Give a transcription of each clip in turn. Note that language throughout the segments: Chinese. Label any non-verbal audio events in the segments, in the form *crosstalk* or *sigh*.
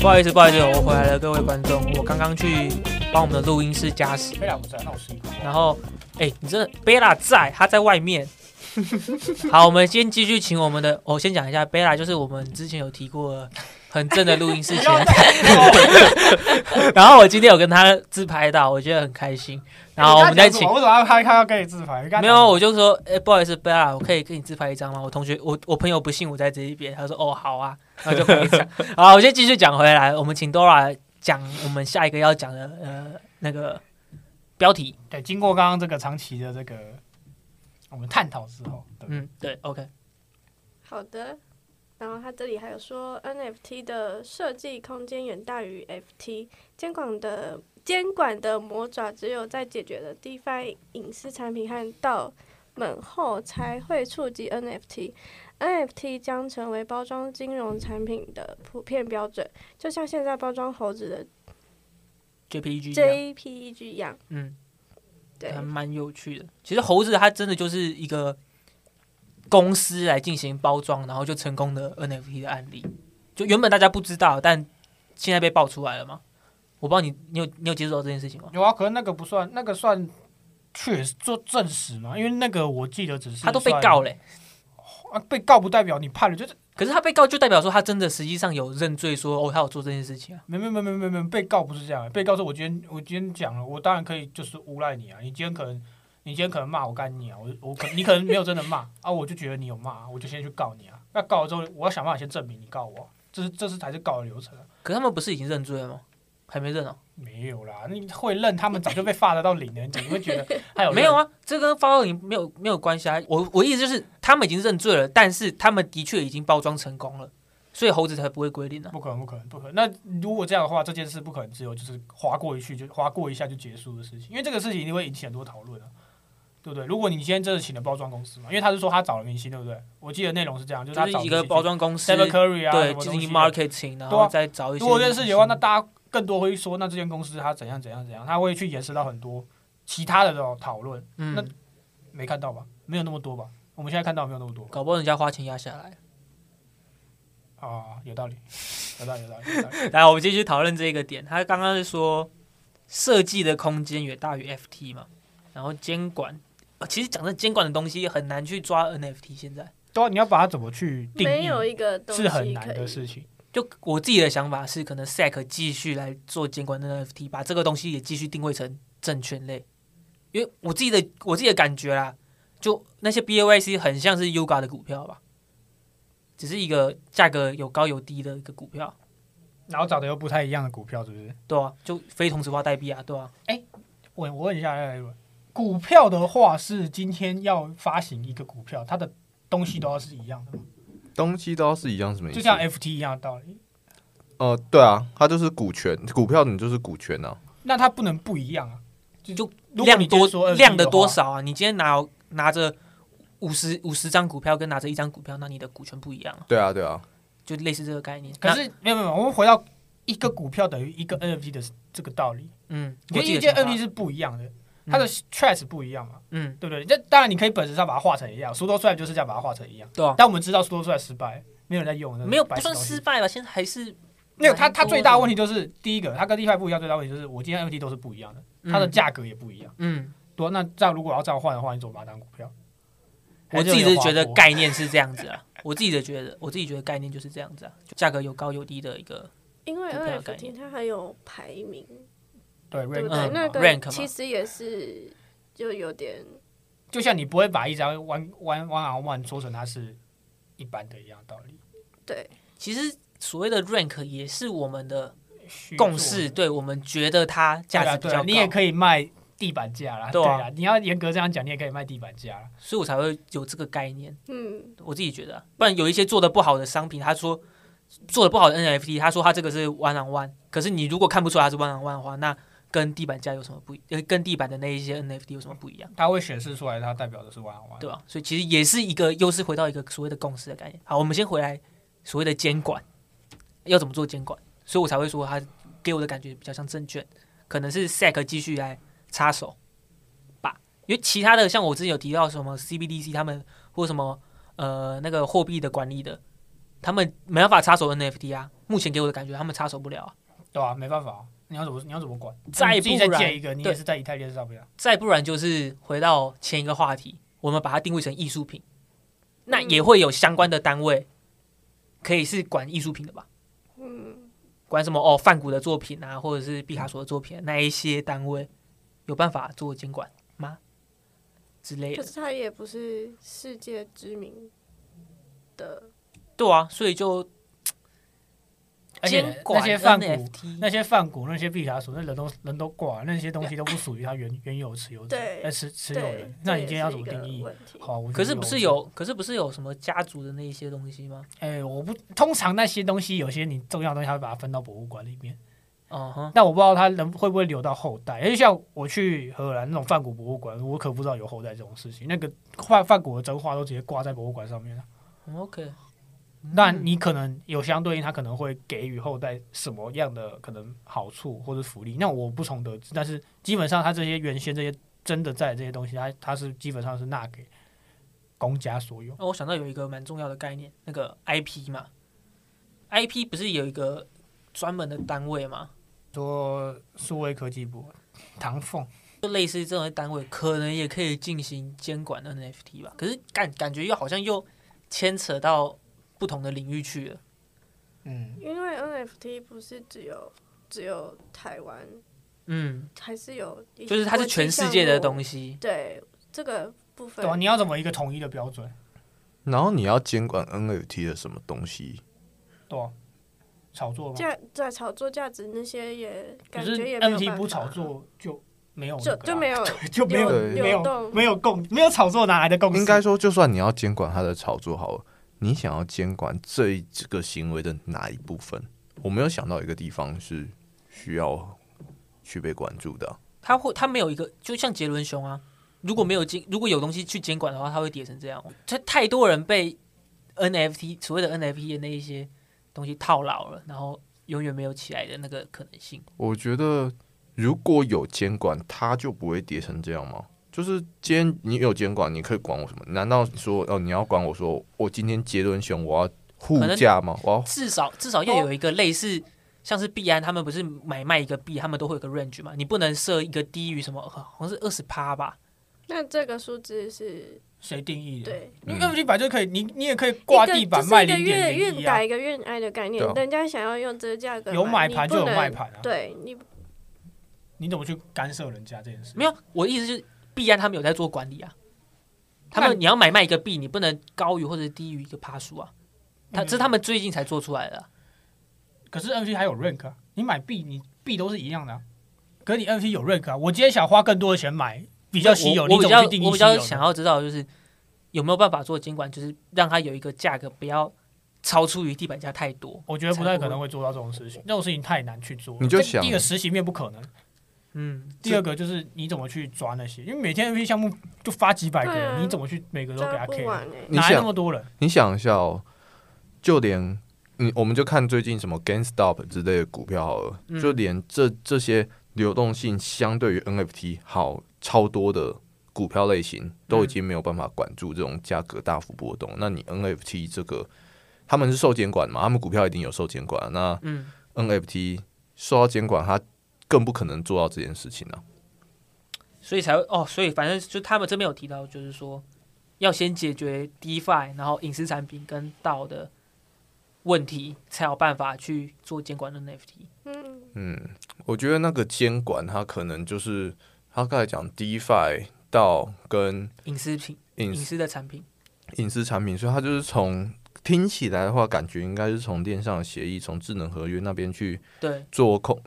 不好意思，不好意思，我回来了，各位观众，我刚刚去帮我们的录音室加时，贝拉不在，那我试一口。然后，哎、你这贝拉在，他在外面。好，我们先继续请我们的，我、先讲一下，贝拉就是我们之前有提过的很正的录音 *laughs* 室前然后我今天有跟他自拍到，我觉得很开心。 *laughs* 然后我们再请，我为什么要拍开要跟你自拍？没有，我就说，哎、不好意思，贝拉，我可以跟你自拍一张吗？我同学，我我朋友不信我在这一边，他说，哦，好啊，然后就拍一张。好，我先继续讲回来，我们请 Dora 讲我们下一个要讲的呃那个标题。对，经过刚刚这个长期的这个我们探讨之后，对，嗯，对，OK，好的，然后他这里还有说 NFT 的设计空间远大于 FT，监管的监管的魔爪只有在解决了 DeFi 隐私产品和盗门后，才会触及 NFT。NFT 将成为包装金融产品的普遍标准，就像现在包装猴子的 JPEG 一 E 样 JPEG 一样。嗯，对还，蛮有趣的。其实猴子它真的就是一个公司来进行包装，然后就成功的 NFT 的案例。就原本大家不知道，但现在被爆出来了嘛。我不知道你你有你有接触到这件事情吗？有啊，可是那个不算，那个算确实做证实嘛，因为那个我记得只是他都被告欸了，嘞、啊被告不代表你判了，就是可是他被告就代表说他真的实际上有认罪说，哦他有做这件事情啊。没没没没没没被告不是这样，被告是我今天我今天讲了，我当然可以就是诬赖你啊，你今天可能你今天可能骂我干你啊，我我可你可能没有真的骂 *laughs* 啊，我就觉得你有骂，我就先去告你啊，那告了之后，我要想办法先证明你告我，这是这是才是告的流程啊。可是他们不是已经认罪了吗？还没认哦、没有啦，你会认他们早就被发得到零了，你怎么会觉得 *laughs* 还有没有啊？啊，这跟发到你没有没有关系啊。我我意思就是，他们已经认罪了，但是他们的确已经包装成功了，所以猴子才不会归零啊。不可能，不可能，不可能。那如果这样的话，这件事不可能只有就是划过一去就划过一下就结束的事情，因为这个事情一定会引起很多讨论啊，对不对？如果你今天真的请了包装公司嘛，因为他是说他找了明星，对不对？我记得内容是这样，就是就他是找一个包装公司， Stephen Curry 啊，对，什么进东西行的 marketing，然后对啊再找一些。如果这件事情的啊话，那大家更多会说，那这间公司它怎样怎样怎样，他会去延伸到很多其他的这种讨论，那嗯，没看到吧？没有那么多吧？我们现在看到没有那么多吧搞不好人家花钱压下来。啊？有道理，有道理，有道理。有道 *laughs* 理 *laughs* 来，我们继续讨论这个点。他刚刚是说设计的空间远大于 FT 嘛，然后监管，呃其实讲真，监管的东西很难去抓 NFT。现在对啊，你要把它怎么去定没义，有一个东西是很难可的以事情。就我自己的想法是，可能 SEC 继续来做监管的 NFT，把这个东西也继续定位成证券类，因为我自己的我自己的感觉啦，就那些 BAYC 很像是 Yuga 的股票吧，只是一个价格有高有低的一个股票，然后找的又不太一样的股票，是不是？对啊，就非同质化代币啊，对啊，我我问一下艾伦，股票的话是今天要发行一个股票，它的东西都要是一样的吗，东西都要是一样，什么意思？就像 FT 一样的道理。呃，对啊，它就是股权，股票你就是股权啊。那它不能不一样啊，就如果量你多今天说20量的话多少啊？你今天拿拿着五十五十张股票跟拿着一张股票，那你的股权不一样啊，对啊，对啊，就类似这个概念。可那是没有没有，我们回到一个股票等于一个 NFT 的这个道理，嗯，我因为自己一的件想 NFT 法，是不一样的，它的 trace 不一样嘛，嗯，对不对？这当然你可以本质上把它画成一样，苏多出来就是这样把它画成一样，对啊。但我们知道苏多出来失败，没有人在用，那个没有呃白不痴算东西失败吧，现在还是没有，它蛮多它最大的的问题就是第一个，它跟 DeFi 不一样，最大问题就是我今天 NFT 都是不一样的，它的价格也不一样。嗯，对啊，那这样如果要这样换的话，你怎么把它当股票？嗯我自己是觉得还有人概念是这样子啊，我自己的觉得，我自己觉得概念就是这样子啊，就价格有高有低的一个，因为股票的概 NFT 它还有排名，有对人不挖对？过对 rank 嗯那嘛个 rank 嘛其实也是就有点就像你不会把一张 One One One on One 说成它是一般的一样道理。对，其实所谓的 rank 也是我们的虚作共识，对我们觉得它价对啊值比对啊较高，你也可以卖地板价啦，对对啊啊，你要严格这样讲，你也可以卖地板价啦。所以我才会有这个概念，嗯，我自己觉得啊、不然有一些做的不好的商品，他说做的不好的 NFT，他说他这个是 one on one，可是你如果看不出来它是 one on one 的话，那跟地板价有什么不一？呃，跟地板的那一些 NFT 有什么不一样，它会显示出来，它代表的是 one on one。对吧？所以其实也是一个又是回到一个所谓的共识的概念。好，我们先回来所谓的监管，要怎么做监管？所以我才会说它给我的感觉比较像证券，可能是 SEC 继续来插手吧。因为其他的像我之前有提到什么 CBDC 他们或什么呃那个货币的管理的，他们没办法插手 NFT 啊。目前给我的感觉他们插手不了啊。对啊，没办法啊，你要怎么你要怎么管？再你自己不再然建一个，你也对是在以太链上面啊。再不然就是回到前一个话题，我们把它定位成艺术品，那嗯也会有相关的单位可以是管艺术品的吧？嗯，管什么哦，梵谷的作品啊，或者是毕卡索的作品、啊那一些单位有办法做监管吗？之类可的，是它也不是世界知名的，对啊，所以就而监且管那些泛股、那 NFT，些泛股、那些毕卡索，那人都人都挂了，那些东西都不属于它原原有持有者，对呃持持有对人。，那你今天要这怎么也是一个定义？问题？好，我可是觉得不是我？有，可是不是有什么家族的那一些东西吗？哎，我不通常那些东西，有些你重要的东西，它会把它分到博物馆里面。 *laughs* 嗯哼，但我不知道它能会不会留到后代，因为像我去荷兰那种梵谷博物馆，我可不知道有后代这种事情。那个梵梵谷的真画都直接挂在博物馆上面了。嗯，OK，那你可能有相对应，他可能会给予后代什么样的可能好处或者福利？那我不从得知，但是基本上他这些原先这些真的在的这些东西，他他是基本上是纳给公家所有。那我想到有一个蛮重要的概念，那个 IP 嘛，IP 不是有一个专门的单位吗？说数位科技部唐凤，就类似这种单位，可能也可以进行监管 NFT 吧。可是感感觉又好像又牵扯到不同的领域去了。嗯，因为 NFT 不是只有只有台湾，嗯，还是有一些就是它是全世界的国际东西项目。。对这个部分对啊，你要怎么一个统一的标准？然后你要监管 NFT 的什么东西？对啊、炒作吗？价在炒作价值那些也可感是觉也没有 NFT 办不法炒，作就没有那就个啊就没有 *laughs* 就没有有没流有动没有共没有炒作哪来的共识？应该说，就算你要监管它的炒作好了，你想要监管这一这个行为的哪一部分？我没有想到一个地方是需要去被关注的啊、它会，它没有一个，就像杰伦熊啊，如果没有监，如果有东西去监管的话，它会跌成这样哦。这太多人被 NFT 所谓的 NFT 的那一些东西套牢了，然后永远没有起来的那个可能性。我觉得如果有监管，它就不会跌成这样吗？就是今天你有监管，你可以管我什么？难道你说哦，你要管我说我今天杰伦熊我要护可能驾吗？我要至少至哦少要有一个类似，像是币安他们不是买卖一个币，他们都会有个 range 嘛，你不能设一个低于什么，好像是二十趴吧，那这个数字是谁定义的？对你 NFT 本来就可以，你你也可以挂地板卖一个零就是一个点愿零愿一啊打，一个愿挨的概念对啊，人家想要用这个价格，有买盘就有你不能卖盘啊，对你你怎么去干涉人家这件事？没有，我的意思是币安他们有在做管理啊，他那们你要买卖一个币，你不能高于或者低于一个趴数啊，他嗯这是他们最近才做出来的啊、可是 NFT 还有 rank 啊，你买币，你币都是一样的、啊，可是你 NFT 有 rank 啊，我今天想花更多的钱买比较稀有，我你我比怎较么去定义我比稀有较呢？想要知道的就是有没有办法做监管，就是让它有一个价格不要超出于地板价太多，我觉得不太可能会做到这种事情，这种事情太难去做了。你就这想第一个实行面不可能，嗯，第二个就是你怎么去抓那些，因为每天 NFT 项目就发几百个对啊人，你怎么去每个都给抓他不 K？完哎，你哪来那想么多人？你想一下哦，就连你我们就看最近什么 GameStop 之类的股票好了，嗯就连这这些流动性相对于 NFT 好超多的股票类型，都已经没有办法管住这种价格大幅波嗯动。那你 NFT 这个，他们是受监管嘛？他们股票一定有受监管，啊那嗯 NFT 受到监管，它更不可能做到这件事情啊。所以才会哦，所以反正就他们这边有提到，就是说要先解决 DeFi，然后隐私产品跟道的问题，才有办法去做监管的 NFT。嗯，嗯，我觉得那个监管它可能就是他刚才讲 DeFi 到跟隐私品、隐隐私私的产品，隐私产品，所以它就是从听起来的话，感觉应该是从链上的协议、从智能合约那边去对，做控，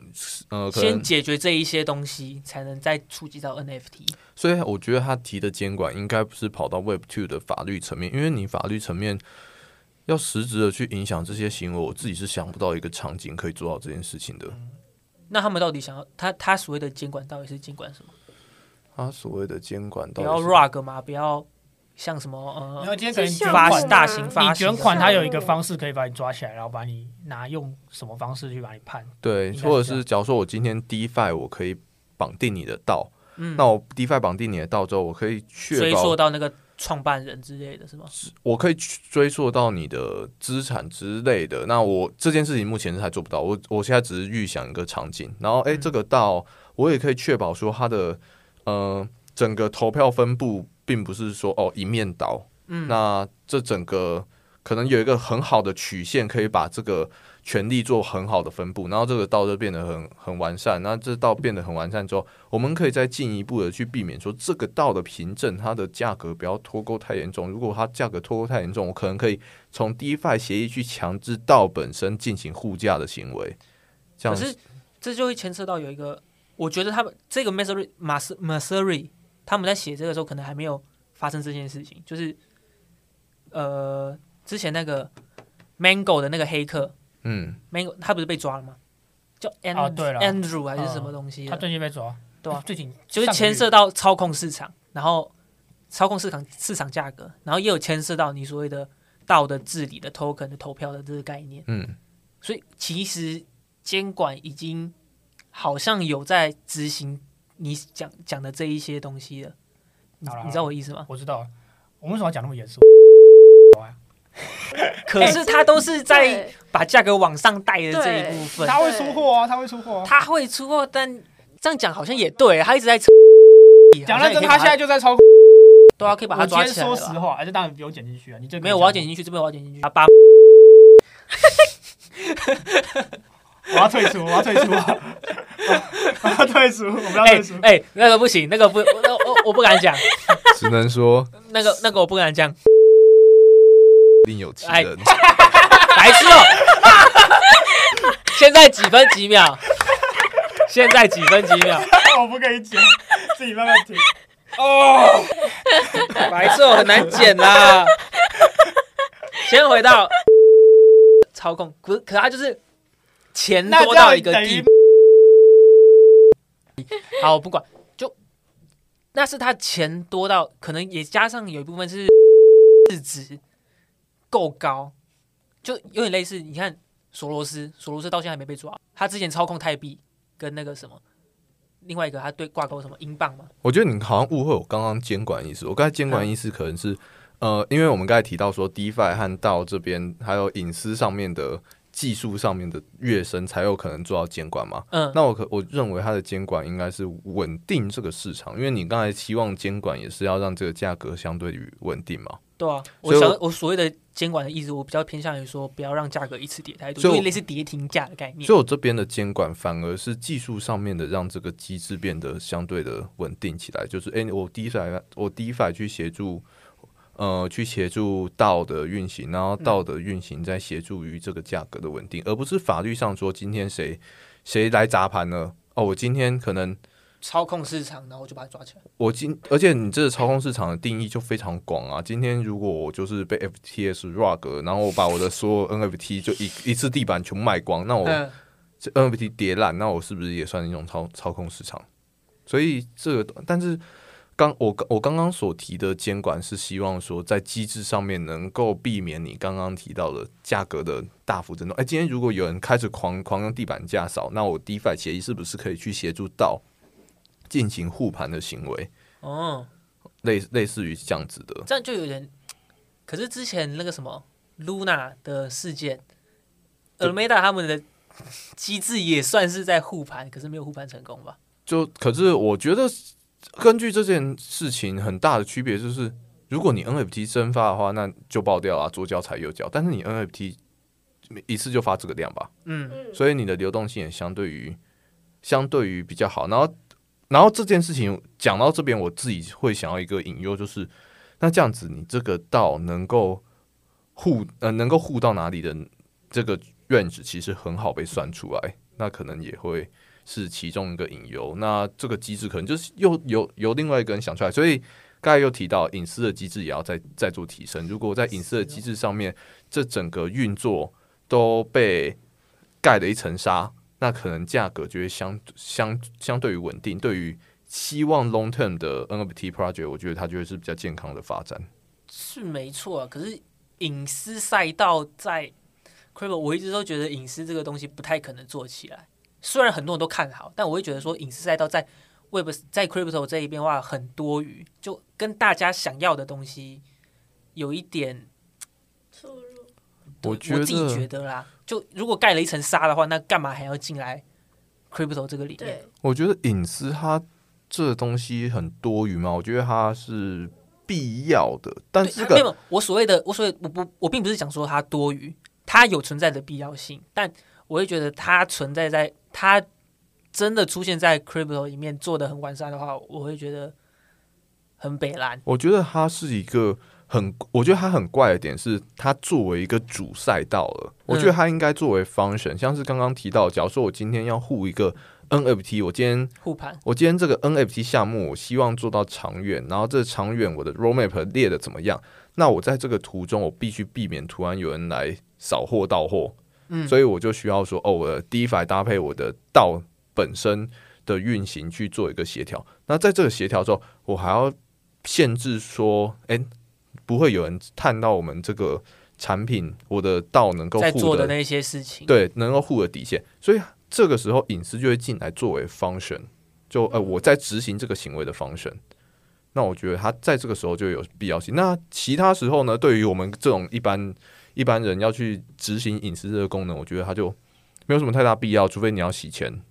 呃，可先能，解决这一些东西，才能再触及到 NFT。所以我觉得他提的监管应该不是跑到 Web Two 的法律层面，因为你法律层面要实质的去影响这些行为，我自己是想不到一个场景可以做到这件事情的。那他们到底想要他他所谓的监管到底是监管什么？他啊所谓的监管不到要底是 rug 吗？不要像什么然呃后今天可能是捐发像款，大型发你行捐的款，它他有一个方式可以把你抓起来，然后把你拿用什么方式去把你判。对，应该或者是这是假如说我今天 DeFi 我可以绑定你的道，嗯那我 DeFi 绑定你的道之后，我可以确追溯保到那个创办人之类的是吗？我可以去追溯到你的资产之类的。那我这件事情目前是还做不到，我我现在只是预想一个场景，然后诶，嗯这个道我也可以确保说它的呃整个投票分布并不是说哦一面倒，嗯，那这整个可能有一个很好的曲线，可以把这个权力做很好的分布，然后这个道就变得很很完善。那这道变得很完善之后，我们可以再进一步的去避免说这个道的凭证它的价格不要脱钩太严重。如果它价格脱钩太严重，我可能可以从 DeFi 协议去强制道本身进行护价的行为。这可样是子这就会牵涉到有一个，我觉得他们这个 Massery 马斯 Massery 他们在写这个时候，可能还没有发生这件事情，就是呃，之前那个 Mango 的那个黑客嗯， Mango 他不是被抓了吗？叫 And、啊对了嗯 Andrew 还是什么东西的、他最近被抓，对啊最近就是牵涉到操控市场，然后操控市场市场价格，然后也有牵涉到你所谓的道的治理的 token 的投票的这个概念。嗯，所以其实监管已经好像有在执行你讲讲的这一些东西了。你好啦你知道我意思吗？我知道了，我们为什么要讲那么严肃？ *laughs* 可是它都是在对把价格往上带的这一对部分，他会出货啊，他会出货啊。它会出货，但这样讲好像也对，它一直在扯讲认真，他现在就 *laughs* 在操控。都要啊可以把它我今抓天起来说实了吧。话，而且当然不用剪进去啊，你这个没有，我要剪进去，这边我要剪进去。啊，把我要退出，我要退出，我要退 *laughs* 出，我们要哎退出。哎，那个不行，那个不，那我我我不敢讲，只能说那个那个我不敢讲，另有其哎人。 *laughs* 白痴哦！ *laughs* 现在几分几秒？现在几分几秒？我不可以剪，自己慢慢听。哦，白色很难剪啦。先回到操控，可是可他就是钱那多这到样一个等地于步。好，我不管，就那是他钱多到，可能也加上有一部分是市值够高，就有点类似。你看索罗斯，索罗斯到现在还没被抓，他之前操控泰币跟那个什么，另外一个他对挂钩什么英镑嘛，我觉得你好像误会我刚刚监管意思。我刚才监管意思可能是，呃，因为我们刚才提到说，DeFi 和到这边还有隐私上面的技术上面的跃升，才有可能做到监管嘛。嗯，那我可我认为它的监管应该是稳定这个市场，因为你刚才期望监管也是要让这个价格相对于稳定嘛。对啊，所我以想我我所谓的监管的意思，我比较偏向于说不要让价格一次跌太多，所以因我为类似跌停价的概念所。以我这边的监管反而是技术上面的，让这个机制变得相对的稳定起来。就是，诶，我 DeFi 我 DeFi 去协助，呃，去协助道的运行，然后道的运行再协助于这个价格的稳定，而不是法律上说今天谁谁来砸盘了。哦，我今天可能操控市场，然后我就把它抓起来。我今，而且你这个操控市场的定义就非常广啊。今天如果我就是被 FTS rug，然后我把我的所有 NFT 就一一次地板全部卖光，那我嗯，这 NFT 跌烂，那我是不是也算一种操操控市场？所以这个，但是刚我我刚刚所提的监管是希望说，在机制上面能够避免你刚刚提到的价格的大幅震动。哎，今天如果有人开始狂狂用地板价扫，那我 DeFi 协议是不是可以去协助到进行护盘的行为？哦，类类似于这样子的，这样就有点。可是之前那个什么 Luna 的事件就，Alameda 他们的机制也算是在护盘，可是没有护盘成功吧？就可是我觉得，根据这件事情很大的区别就是，如果你 NFT 蒸发的话，那就爆掉啊，左脚踩右脚。但是你 NFT 一次就发这个量吧，嗯，嗯，所以你的流动性也相对于相对于比较好。然后，然后这件事情讲到这边，我自己会想要一个隐忧，就是那这样子，你这个道能够护呃能够护到哪里的这个 range 其实很好被算出来，那可能也会是其中一个隐忧。那这个机制可能就是又由由另外一个人想出来，所以。刚才又提到隐私的机制也要再再做提升。如果在隐私的机制上面，这整个运作都被盖了一层纱，那可能价格就会相相相对于稳定。对于希望 long term 的 NFT project，我觉得它就会是比较健康的发展。是没错啊，可是隐私赛道在 Crypto，我一直都觉得隐私这个东西不太可能做起来。虽然很多人都看好，但我会觉得说隐私赛道在 Web 在 Crypto 这一边的话很多余，就跟大家想要的东西有一点，出入。对我我觉得自己觉得啦，就如果盖了一层纱的话，那干嘛还要进来 Crypto 这个里面？对，我觉得隐私它这东西很多余嘛，我觉得它是必要的，但对这没个有，我所谓的我所谓我不我并不是讲说它多余，它有存在的必要性，但我会觉得它存在在它真的出现在 crypto 里面做的很完善的话，我会觉得很北蓝。我觉得它是一个很，我觉得它很怪的点是，它作为一个主赛道了，嗯我觉得它应该作为 function，像是刚刚提到，假如说我今天要护一个 NFT，我今天护盘，我今天这个 NFT 项目，我希望做到长远，然后这长远我的 roadmap 列的怎么样？那我在这个途中，我必须避免突然有人来扫货到货，嗯所以我就需要说，哦，我的 DeFi 搭配我的道本身的运行去做一个协调。那在这个协调之后，我还要限制说，哎、不会有人探到我们这个产品，我的道能够在护做的的那些事情，对，能够护的底线。所以这个时候隐私就会进来作为 function，就呃我在执行这个行为的 function。那我觉得它在这个时候就有必要性。那其他时候呢，对于我们这种一般一般人要去执行隐私这个功能，我觉得它就没有什么太大必要，除非你要洗钱。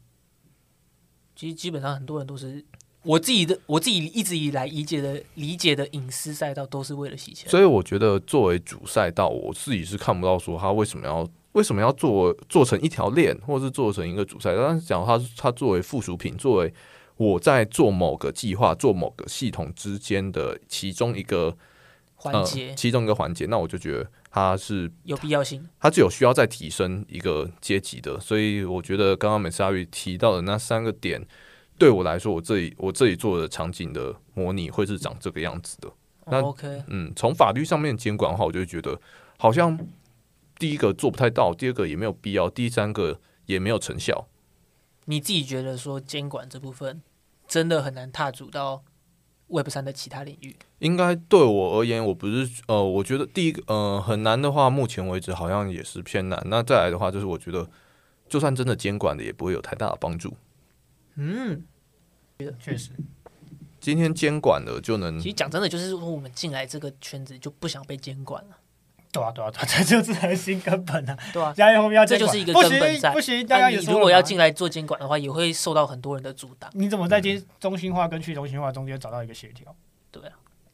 其实基本上很多人都是我自己的，我自己一直以来理解的理解的隐私赛道都是为了洗钱。所以我觉得作为主赛道，我自己是看不到说它为什么要。为什么要做做成一条链，或是做成一个主赛道？但是讲它它作为附属品，作为我在做某个计划、做某个系统之间的其中一个环节、呃，其中一个环节，那我就觉得它是有必要性，它只有需要再提升一个阶级的，所以我觉得刚刚美莎玉提到的那三个点，对我来说，我这里我这里做的场景的模拟会是长这个样子的。那哦 OK，嗯，从法律上面监管的话，我就会觉得好像第一个做不太到，第二个也没有必要，第三个也没有成效。你自己觉得说监管这部分真的很难踏足到 Web 三的其他领域？应该对我而言，我不是呃，我觉得第一个呃很难的话，目前为止好像也是偏难。那再来的话，就是我觉得就算真的监管的，也不会有太大的帮助。嗯，确实，今天监管了就能其实讲真的，就是说我们进来这个圈子就不想被监管 *laughs* 了，对啊，对啊，对啊，这就是核心根本啊！对啊。加油，要监这管就是一个不根本行在不行，大家那也你说如果了要嘛进来做监管的话，也会受到很多人的阻挡。你怎么在间中心化跟去中心化中间找到一个协调？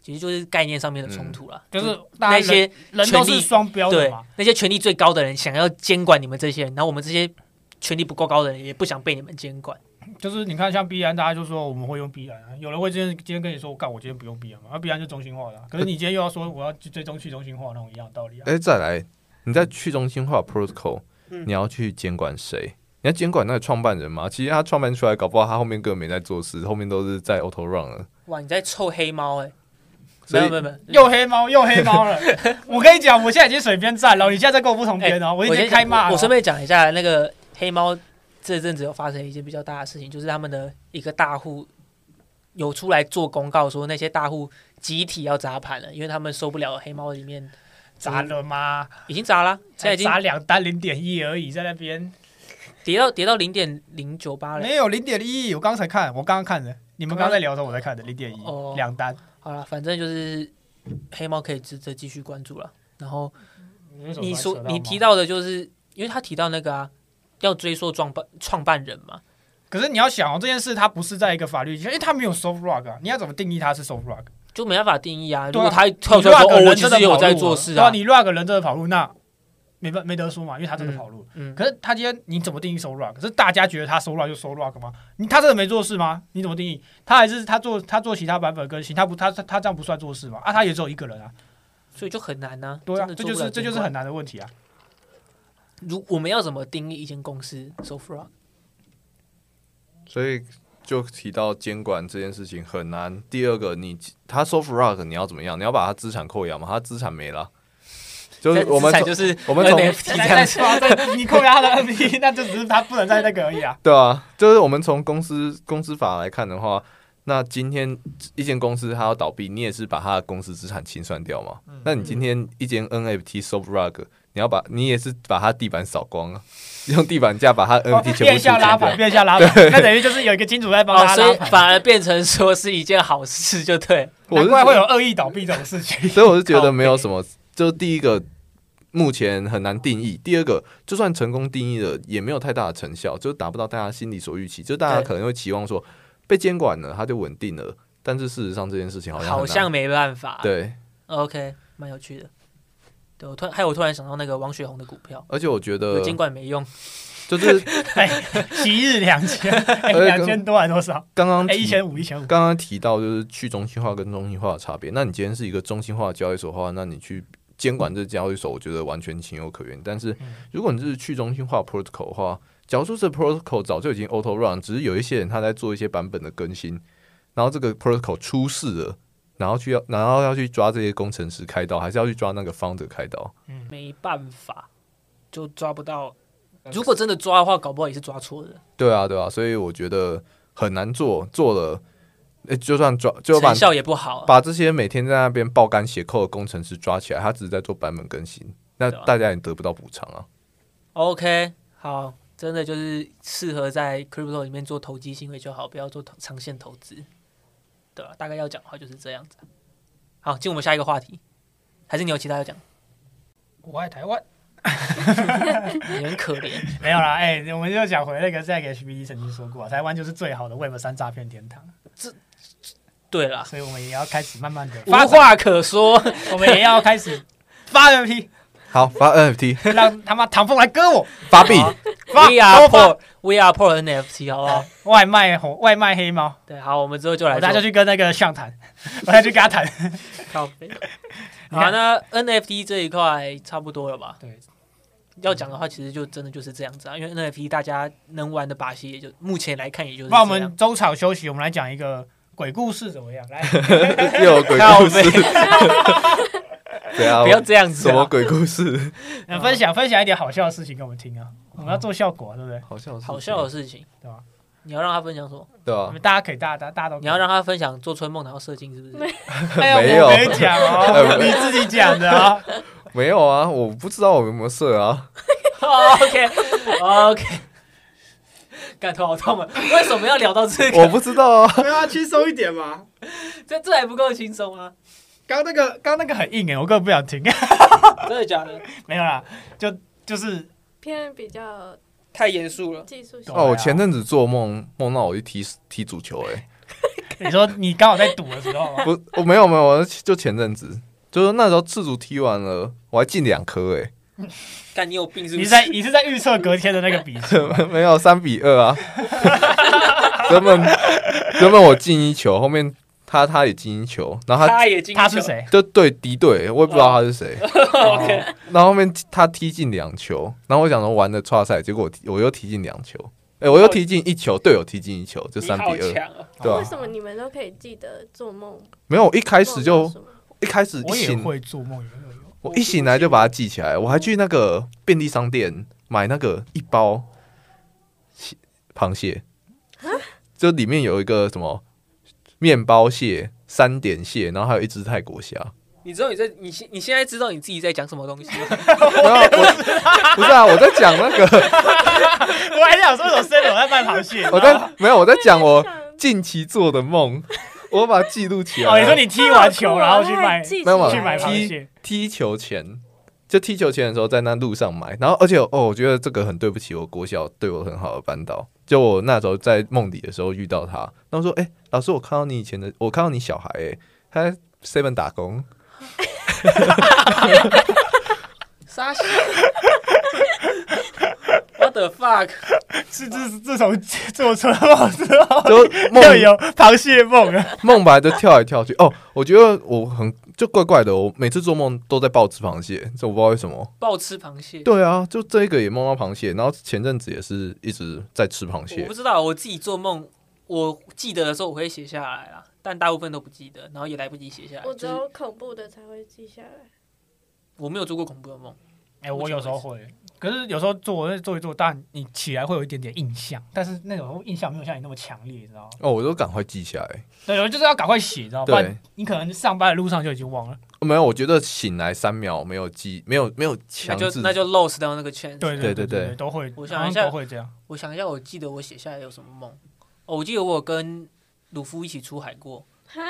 其实就是概念上面的冲突啦，嗯就是那大家人些人都权是力双标的对嘛，那些权力最高的人想要监管你们这些人，然后我们这些权力不够高的人也不想被你们监管。就是你看像币安，大家就说我们会用币安啊，有人会今天今天跟你说，我干，我今天不用币安嘛，那币安就中心化的啊、可是你今天又要说我要去追踪去中心化，那种一样的道理啊。哎、再来，你在去中心化 protocol，、你要去监管谁？你要监管那个创办人吗？其实他创办出来，搞不好他后面根本没在做事，后面都是在 auto run 了。哇，你在臭黑猫哎、欸！所没以有没有没有，又黑猫又黑猫 *laughs* 了，我跟你讲，我现在已经水边站了，你现在在跟我不同边哦，哎我已经先开我骂了我。顺便讲一下，那个黑猫这阵子有发生一件比较大的事情，就是他们的一个大户有出来做公告说，那些大户集体要砸盘了，因为他们受不了黑猫里面砸了吗？哎已经砸了，现在已经砸两单零点一而已，在那边跌到跌到零点零九八了。没有零点一，我刚才看，我刚刚看的，你们刚刚在聊的时候我在看的零点一哦两单。好了，反正就是黑猫可以值得继续关注了。然后你说说你提，到的就是，因为他提到那个啊，要追溯创办创办人嘛，可是你要想哦，这件事它不是在一个法律，因为它没有 soft rock 啊，你要怎么定义它是 soft rock？就没办法定义啊。如对啊果他 *laughs* 跳出来你说 rug 哦，我人其真的实跑有路在了做事对啊，你 rug 人真的跑路，那没办没得说嘛，因为他真的跑路。嗯，可是他今天你怎么定义 so rock？是大家觉得他 so rock 就 so rock 吗？你他真的没做事吗？你怎么定义？他还是他做他做其他版本更新，他不他他他这样不算做事吗？啊，他也只有一个人啊，所以就很难呐、对真啊，的这做不就是了这监就是管很难的 *laughs* 问题啊。如我们要怎么定义一间公司 so frog？所以就提到监管这件事情很难。第二个，你他 soft rock 你要怎么样？你要把他资产扣押吗？他资产没了，就是我资们产从就是我们从 NFT 这样但子， *laughs* 是啊，但你扣押他 *laughs* 的 NFT，那就只是他不能在那个而已啊。对啊，就是我们从公司公司法来看的话，那今天一间公司它要倒闭，你也是把它的公司资产清算掉嘛？嗯那你今天一间 NFT s o f t r u g 你要把你也是把它地板扫光啊，用地板价把它 NFT 全变部清相哦拉算盘，掉。变相拉 *laughs* 盘，那等于就是有一个金主在帮哦，他所拉以盘，反而变成说是一件好事，就对。我难是怪会有恶意倒闭这种事情。 *laughs* 所以我是觉得没有什么，就第一个目前很难定义，第二个就算成功定义了，也没有太大的成效，就达不到大家心里所预期。就大家对可能会期望说被监管了，它就稳定了，但是事实上这件事情好像很好难像没办法。对。 ，OK，蛮有趣的。对我突然，还有我突然想到那个王雪红的股票，而且我觉得有监管没用，就是 *laughs* 哎，一日两千， *laughs* 哎，呃两千多还多少？刚刚哎，一提千五，一千五。刚刚提到就是去中心化跟中心化的差别。那你今天是一个中心化的交易所的话，那你去监管这交易所，我觉得完全情有可原。但是嗯如果你是去中心化 protocol 的话，假如说这 protocol 早就已经 auto run，只是有一些人他在做一些版本的更新，然后这个 protocol 出事了，然后去要然后要去抓这些工程师开刀，还是要去抓那个 founder 开刀？嗯没办法，就抓不到。呃如果真的抓的话，搞不好也是抓错的，对啊，对啊，所以我觉得很难做，做了。呃就算抓，就把成效也不好啊、把这些每天在那边爆肝斜扣的工程师抓起来，他只是在做版本更新，那对啊大家也得不到补偿啊。 OK，好，真的就是适合在 crypto 里面做投机行为就好，不要做投长线投资，对啊吧、大概要讲的话就是这样子。好，进我们下一个话题，还是你有其他要讲？我爱台湾，你很可怜，没有啦。哎，我们就讲回那个 z a c HBD 曾经说过啊，台湾就是最好的 Web 三诈骗天堂，对啦，所以我们也要开始慢慢的无发展，话可说。我们也要开始发 NFT， *laughs* 好，发 NFT，让他妈唐风来割我，发币，发 We are 都发 poor, we are poor NFT，好不好？外卖红外卖黑猫，对，好，我们之后就来我再做就去跟那个象谈， *laughs* 我再去跟他谈。靠背。好，那 NFT 这一块差不多了吧？对，要讲的话，其实就真的就是这样子啊，因为 NFT 大家能玩的把戏，也就目前来看，也就是这那我样。们中场休息，我们来讲一个鬼故事怎么样？来，又有 *laughs* 鬼靠故背事，对啊，不要这样子、什啊么，鬼故事？呃分享分享一点好笑的事情给我们听啊，我们要做效果啊，对不对？好笑，好笑的，事情，对吧？你要让他分享什么？对我啊们，大家可以，大家大家大家都可以你要让他分享做春梦然后射精，是不 *laughs* 是？ *laughs* 哎没呀，有哎我没讲 *laughs* 哦，你自己讲的啊。没有啊，我不知道我有没有射啊， *laughs* 哦 OK 哦 OK，感头好痛啊！为什么要聊到这我个？不知道啊， *laughs* 没有啊，轻松一点嘛。这这还不够轻松啊！刚那个刚那个很硬哎，我根本不想听。 *laughs* 真的假的？没有啦，就 *laughs* 就是偏比较太严肃了。技术性懂。哦，我前阵子做梦，梦到我去踢踢足球、欸，你说你刚好在赌的时候 *laughs* 嘛，不，我没有没有，我就前阵子，就是那时候赤足踢完了，我还进两颗、欸，看你有病是不你是？是在你是在预测隔天的那个 *laughs* 比数吗。没有三比二啊，原本原本我进一球，后面他他也进一球，然后他他也进他是？ *laughs* 谁？哦就对敌对，我也不知道他是谁， OK，然后后面他踢进两球，然后我想说玩的差赛，结果我踢我又踢进两球，哎、我又踢进一球，队友踢进一球，就三比二，哦！对啊为什么你们都可以记得做梦？没有，我一开始梦就到什么一开始一哦我也醒，会做梦， *laughs* 有有有。我一醒来就把它记起来，我还去那个便利商店买那个一包蟹螃蟹，啊就里面有一个什么面包蟹、三点蟹，然后还有一只泰国虾。 *laughs* 你知道你在你现你现在知道你自己在讲什么东西 *laughs* 吗？然后啊我不是啊，我在讲那个，我还想说什么生我在卖螃蟹。我在没有我在讲我想近期做的梦，我把它记录起来。哦，你说你踢完 *laughs* 球然后去买去记起没有来买没有螃蟹，踢球前，就踢球前的时候在那路上买，然后而且哦，我觉得这个很对不起我国小对我很好的班导，就我那时候在梦里的时候遇到他，然后说，哎、老师，我看到你以前的，我看到你小孩、诶，他在 seven 打工，傻笑，What the fuck？是自自从 *laughs* 做春梦之后，就梦又有螃蟹梦了。梦白就跳来跳去。哦，我觉得我很就怪怪的，我每次做梦都在抱吃螃蟹，这我不知道为什么。暴吃螃蟹。对啊，就这个也梦到螃蟹，然后前阵子也是一直在吃螃我蟹不。知道，我自己做梦，我记得的时候我会写下来啦，但大部分都不记得，然后也来不及写下来。我就只是有恐怖的才会记下来。我没有做过恐怖的梦，哎、我有时候会，可是有时候做那做一做，但你起来会有一点点印象，但是那种印象没有像你那么强烈，你知道吗？哦，我都赶快记下来。对，我就是要赶快写，你知道吗？不对然你可能上班的路上就已经忘了。没有，我觉得醒来三秒没有记，没有没有那强制就，那就 lost 掉那个 chance。对对对对对对都会，我想好像一下都会这样。我想一下，我记得我写下来有什么梦。哦，我记得我有跟鲁夫一起出海过哈，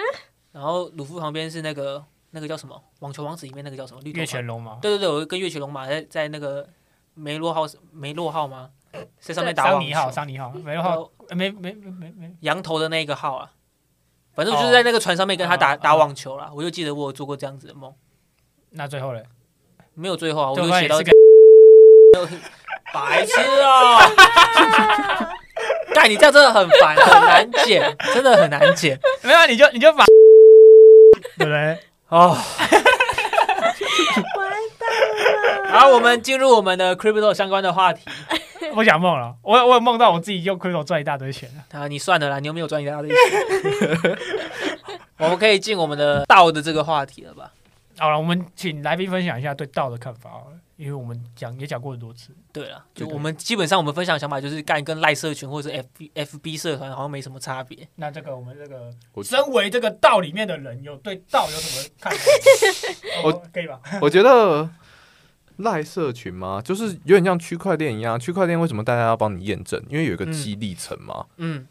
然后鲁夫旁边是那个那个叫什么《网球王子》里面那个叫什么绿头月发全龙嘛，对对对，我跟月球龙马在在那个梅洛号梅洛号吗？在上面打桑网尼号，球，桑尼号，没有号，然呃没没没没没，羊头的那个号啊。反正我就哦是在那个船上面跟他打、啊打网球啦，我就记得我有做过这样子的梦，那最后嘞，没有最后啊，我最就后也写到是个白痴哦、 *laughs* 干你这样真的很烦，很难剪，真的很难剪没有，你就你就把， *laughs* 对不对？哦。完蛋了！好，我们进入我们的 crypto 相关的话题不想梦了，我我有梦到我自己用 crypto 赚一大堆钱了。啊，你算了啦，你又没有赚一大堆钱， *laughs* 我们可以进我们的道的这个话题了吧？好了，我们请来宾分享一下对道的看法好了，因为我们讲也讲过很多次。对了，对就的我们基本上我们分享的想法就是干跟赖社群或者是 F B F B 社团好像没什么差别。那这个我们这个我身为这个道里面的人，有对道有什么 *laughs* 看法？我哦可以吧？ *laughs* 我觉得赖社群嘛，就是有点像区块链一样。区块链为什么大家要帮你验证？因为有一个嗯激励层嘛。嗯，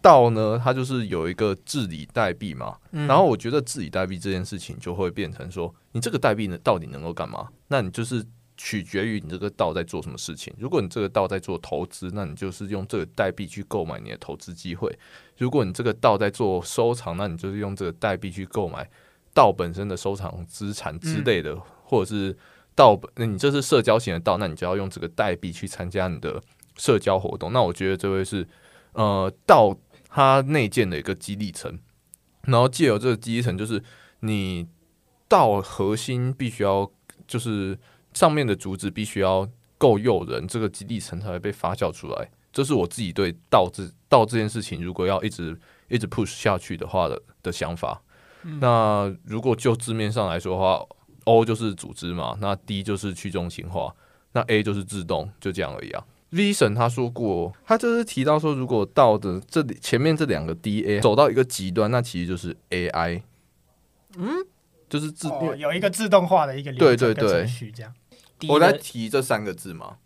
道呢，它就是有一个治理代币嘛。嗯然后我觉得治理代币这件事情就会变成说，你这个代币呢到底能够干嘛？那你就是取决于你这个道在做什么事情。如果你这个道在做投资，那你就是用这个代币去购买你的投资机会；如果你这个道在做收藏，那你就是用这个代币去购买道本身的收藏资产之类的，或者是道本，那你这是社交型的道，那你就要用这个代币去参加你的社交活动。那我觉得这会是呃道它内建的一个激励层，然后借由这个激励层，就是你到核心必须要就是上面的主旨必须要够诱人，这个激励层才会被发酵出来。这是我自己对道这道这件事情，如果要一直一直 push 下去的话的的想法。那如果就字面上来说的话，O 就是组织嘛，那 D 就是去中心化，那 A 就是自动，就这样而已啊。V 神他说过，他就是提到说，如果到的这里前面这两个 DA 走到一个极端，那其实就是 AI，嗯，就是自、哦、有一个自动化的一个流程对对跟对程序这样。第一我在个提这三个字嘛。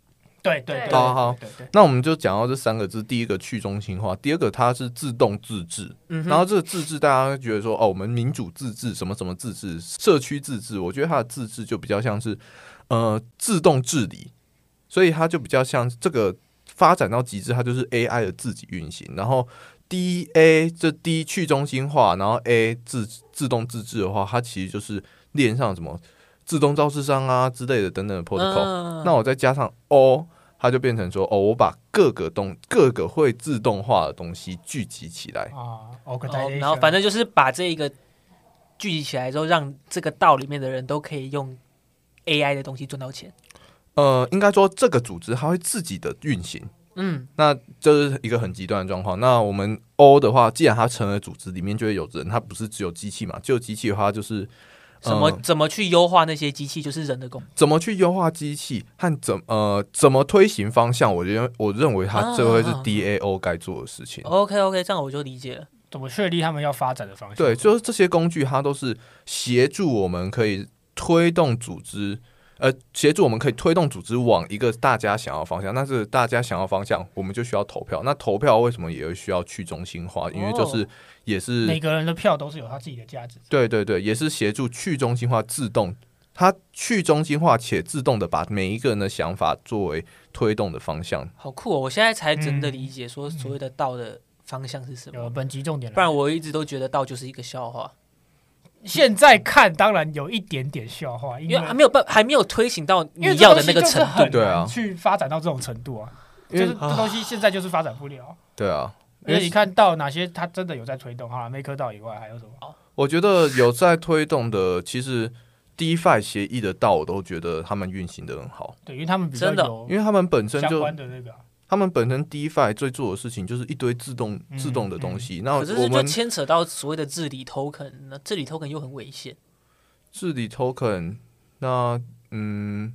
对对对，好好对对。那我们就讲到这三个字，第一个去中心化，第二个它是自动自治。嗯哼然后这个自治，大家会觉得说哦，我们民主自治什么什么自治，社区自治，我觉得它的自治就比较像是呃自动治理，所以它就比较像这个发展到极致，它就是 AI 的自己运行。然后 DA 这 D 去中心化，然后 A 自自动自治的话，它其实就是链上什么自动造市商啊之类的等等的 protocol。嗯那我再加上 O，它就变成说哦，我把各个东各个会自动化的东西聚集起来。啊，organization、哦然后反正就是把这一个聚集起来之后，让这个道里面的人都可以用 AI 的东西赚到钱。呃，应该说这个组织它会自己的运行，嗯，那这是一个很极端的状况。那我们 O 的话，既然它成了组织，里面就会有人，它不是只有机器嘛？只有机器的话，就是什么、嗯怎么去优化那些机器，就是人的功能。怎么去优化机器和怎呃怎么推行方向，我觉得我认为它这会是啊啊啊 DAO 该做的事情。 OK OK，这样我就理解了。怎么确立他们要发展的方向？对，就是这些工具，它都是协助我们可以推动组织，呃，协助我们可以推动组织往一个大家想要的方向。那是大家想要的方向，我们就需要投票。那投票为什么也会需要去中心化？因为就是也是、哦每个人的票都是有他自己的价值。对对对，也是协助去中心化自动，它去中心化且自动的把每一个人的想法作为推动的方向。好酷哦！我现在才真的理解说所谓的道的方向是什么，有本集重点了，不然我一直都觉得道就是一个笑话。现在看当然有一点点笑话，因因为还为没有办，还没有推行到因为你要的这那个东西就是程很度。对啊难去发展到这种程度啊，就因为是这东西现在就是发展不了。对啊， *laughs* 因为你看到哪些他真的有在推动，好了，没科道以外还有什么？我觉得有在推动的，其实 DeFi 协议的道，我都觉得他们运行的很好。对，因为他们比较真的哦有因为他们本身哦相就关的那个啊，他们本身 DeFi 最做的事情就是一堆自动、嗯自动的东西。那可是这我就们牵扯到所谓的治理 token，那治理 token 又很危险。治理 token，那嗯，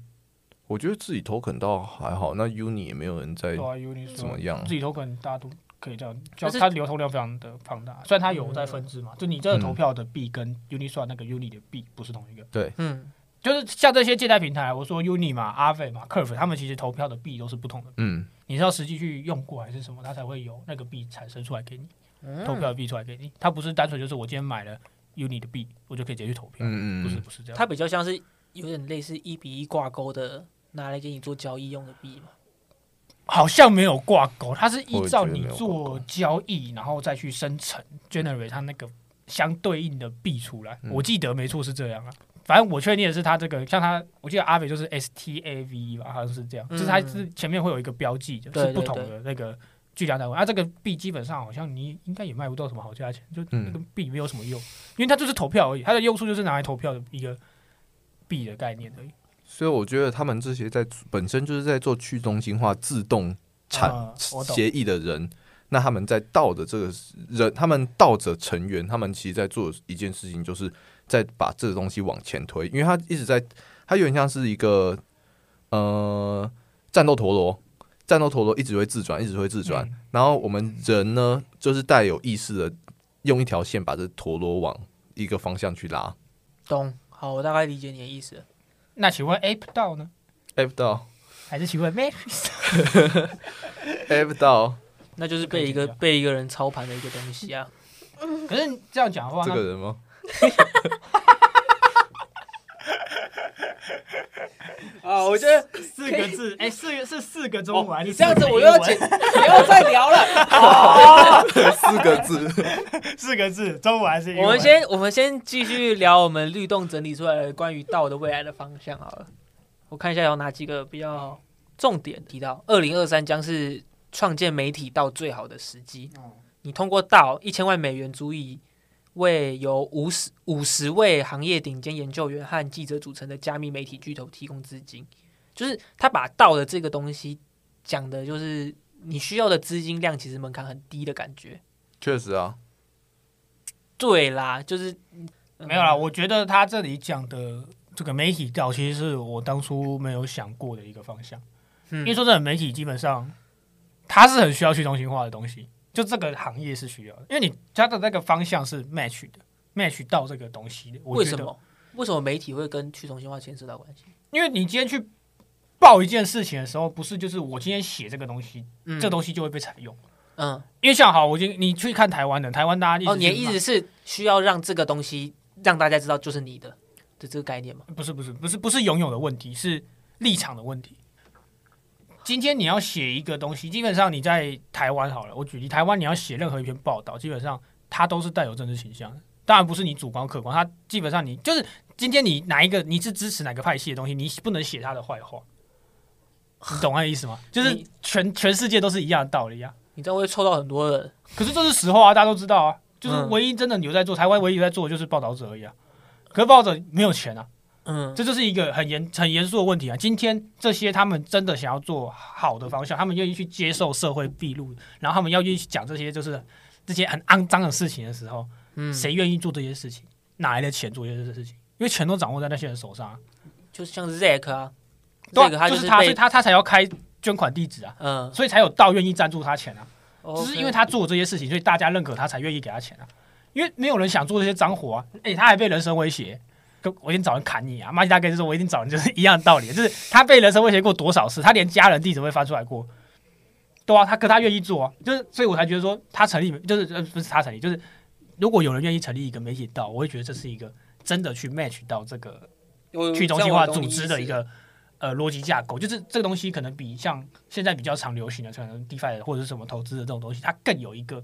我觉得自己投肯倒还好，那 Uni 也没有人在对啊有你怎说么样自。己投可能大家都可以这样，就但是它流通量非常的庞大，虽然它有在分支嘛，就你嗯这个投票的币跟 Uniswap 那个 Uni 的币不是同一个，嗯，就是像这些借贷平台，我说 Uni 嘛、Aave 嘛、Curve，他们其实投票的币都是不同的，嗯，你是要实际去用过还是什么，它才会有那个币产生出来给你，投票的币出来给你，它不是单纯就是我今天买了 Uni 的币，我就可以直接去投票，嗯嗯嗯不是不是这样，它比较像是有点类似一比一挂钩的，拿来给你做交易用的币嘛。好像没有挂钩，它是依照我也觉得你没有挂做钩交易，然后再去生成 generate 它那个相对应的币出来。我记得没错是这样啊，反正我确定的是它这个，像它，我记得阿伟就是 S T A V 吧，好像是这样，嗯就是它是前面会有一个标记的，对是不对同的那个巨量单位。啊，这个币基本上好像你应该也卖不到什么好价钱，就嗯那个币没有什么用，因为它就是投票而已，它的用处就是拿来投票的一个币的概念而已。所以我觉得他们这些在本身就是在做去中心化自动产啊我懂协议的人，那他们在道的这个人，他们道者成员，他们其实在做一件事情，就是在把这个东西往前推，因为他一直在，他有点像是一个呃战斗陀螺，战斗陀螺一直会自转，一直会自转，嗯然后我们人呢，就是带有意识的用一条线把这陀螺往一个方向去拉。懂，好，我大概理解你的意思了。那请问 Ape 到呢？ F 到还是请问 Max？ F 到那就是被一可以个理解啊被一个人操盘的一个东西啊。可是你这样讲的话，这个人吗？啊，我觉得那四个字，哎、四个是四个中文还是啊你四哦这样子我个英文、又要剪， *laughs* 不要再聊了。 *laughs* 四个字， *laughs* 四个字，中文还是英文？我们先我们先继续聊我们律动整理出来的关于道的未来的方向好了。我看一下有哪几个比较重点提到，二零二三将是创建媒体道最好的时机。你通过道一千万美元足以为由五十五十位行业顶尖研究员和记者组成的加密媒体巨头提供资金，就是他把道的这个东西讲的，就是你需要的资金量其实门槛很低的感觉。确实啊，对啦，就是、嗯没有啦。我觉得他这里讲的这个媒体道，其实是我当初没有想过的一个方向。嗯因为说真的，媒体基本上它是很需要去中心化的东西，就这个行业是需要的，因为你它的那个方向是 match 的，match 到这个东西的。我为觉什得么？为什么媒体会跟去中心化牵涉到关系？因为你今天去报一件事情的时候，不是就是我今天写这个东西，嗯这东西就会被采用。嗯，因为像好，我已经你去看台湾的，台湾大家一直哦，你的去意骂思是需要让这个东西让大家知道就是你的的这个概念吗？不是不是不是不是拥有的问题，是立场的问题。今天你要写一个东西，基本上你在台湾好了，我举例，台湾你要写任何一篇报道，基本上它都是带有政治倾向的。当然不是你主观客观，它基本上你就是今天你哪一个你是支持哪个派系的东西，你不能写他的坏话，你懂那意思吗？就是你全全世界都是一样的道理啊。你这样会臭到很多人。可是这是实话啊，大家都知道啊，就是嗯唯一真的有在做，台湾唯一有在做的就是报道者而已啊。可是报道者没有钱啊，嗯，这就是一个很严很严肃的问题啊！今天这些他们真的想要做好的方向，他们愿意去接受社会闭路，然后他们要愿意去讲这些就是这些很肮脏的事情的时候，嗯谁愿意做这些事情？哪来的钱做这些事情？因为钱都掌握在那些人手上、啊，就像是 Zack 啊对，Zack 啊、他就是他，所被以他他才要开捐款地址啊，嗯，所以才有道愿意赞助他钱啊。只是 OK 因为他做这些事情，所以大家认可他才愿意给他钱啊。因为没有人想做这些脏活啊，诶，他还被人身威胁，跟我一定找人砍你啊！马吉大哥就说，我一定找人，就是一样的道理，啊就是他被人身威胁过多少次，他连家人地址会翻出来过，对啊，他可他愿意做啊，就是所以我才觉得说他成立，就是呃不是他成立，就是如果有人愿意成立一个媒体道，我会觉得这是一个真的去 match 到这个我去中心化组织的一，个呃逻辑架构，就是这个东西可能比像现在比较常流行的，可能 DeFi 或者是什么投资的这种东西，它更有一个，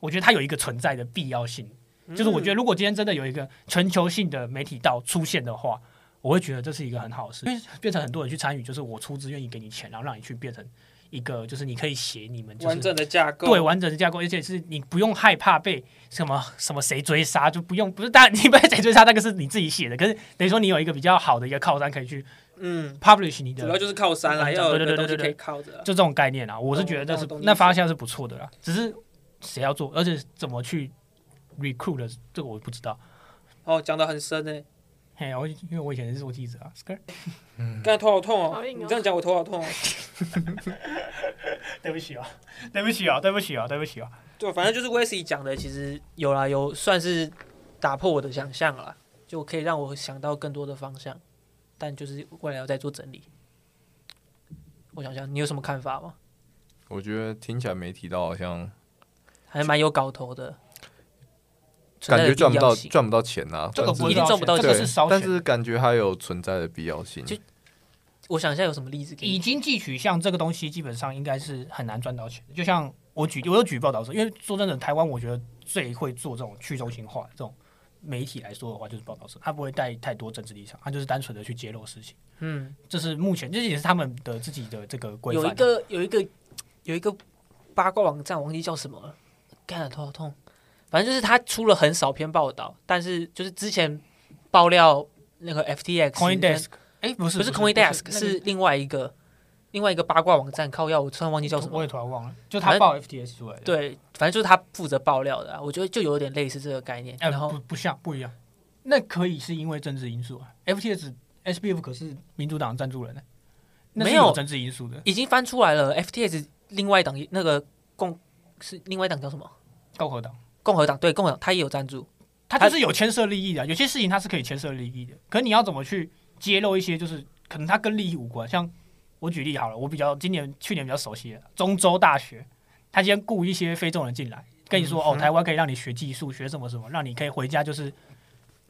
我觉得它有一个存在的必要性。就是我觉得，如果今天真的有一个全球性的媒体道出现的话，我会觉得这是一个很好的事，因为变成很多人去参与，就是我出资愿意给你钱，然后让你去变成一个，就是你可以写你们就是的架构对，完整的架构，而且是你不用害怕被什么什么谁追杀，就不用不是当然你被谁追杀那个是你自己写的，可是等于说你有一个比较好的一个靠山可以去嗯， publish 你的，就就是靠山啊对对对对对靠着啊。这种概念啊，我是觉得那我是哦懂我懂那方向是不错的啦，只是谁要做，而且怎么去 recruit 的这个我不知道。哦，讲的很深呢。嘿，我因为我以前是做记者啊，skr，刚才头好痛好哦，硬哦你这样讲我头好痛哦。对不起啊，对不起啊，对不起啊，对不起啊，对，反正就是 Wesley 讲的，其实有啦，有算是打破我的想象了啦，就可以让我想到更多的方向，但就是未来要再做整理。我想想，你有什么看法吗？我觉得听起来没提到，好像还蛮有搞头的，存感在的觉赚必不要到性赚不到钱啊。这个但是不会一定赚不到钱钱这个是烧但钱。是感觉它有存在的必要性。就我想一下有什么例子给以你？经济取向这个东西，基本上应该是很难赚到钱的。就像我举，我有举报导者，因为说真的，台湾我觉得最会做这种去中心化的这种媒体来说的话，就是报道者，他不会带太多政治立场，他就是单纯的去揭露事情。嗯，这是目前，这也是他们的自己的这个规有范啊。一个有一个有一个八卦网站，忘记叫什么了，干头好痛。反正就是他出了很少篇报道，但是就是之前爆料那个 FTX 跟 CoinDesk，哎，不是不是 CoinDesk，是那个另外一个另外一个八卦网站，靠药，我突然忘记叫什我么也。突然忘了，就反他正报 FTS 出来的。对，反正就是他负责爆料的、啊，我觉得就有点类似这个概念。哎，然后不不像不一样，那可以是因为政治因素啊。FTS SBF 可是民主党赞助人呢，那是没有政治因素的。已经翻出来了，FTS 另外一档那个共是另外一档叫什么？共和党。共和党对共和党，他也有赞助。它就是有牵涉利益的啊、有些事情它是可以牵涉利益的。可你要怎么去揭露一些，就是可能它跟利益无关？像我举例好了，我比较今年去年比较熟悉的中州大学，他今天雇一些非洲人进来，跟你说、哦，台湾可以让你学技术，学什么什么，让你可以回家就是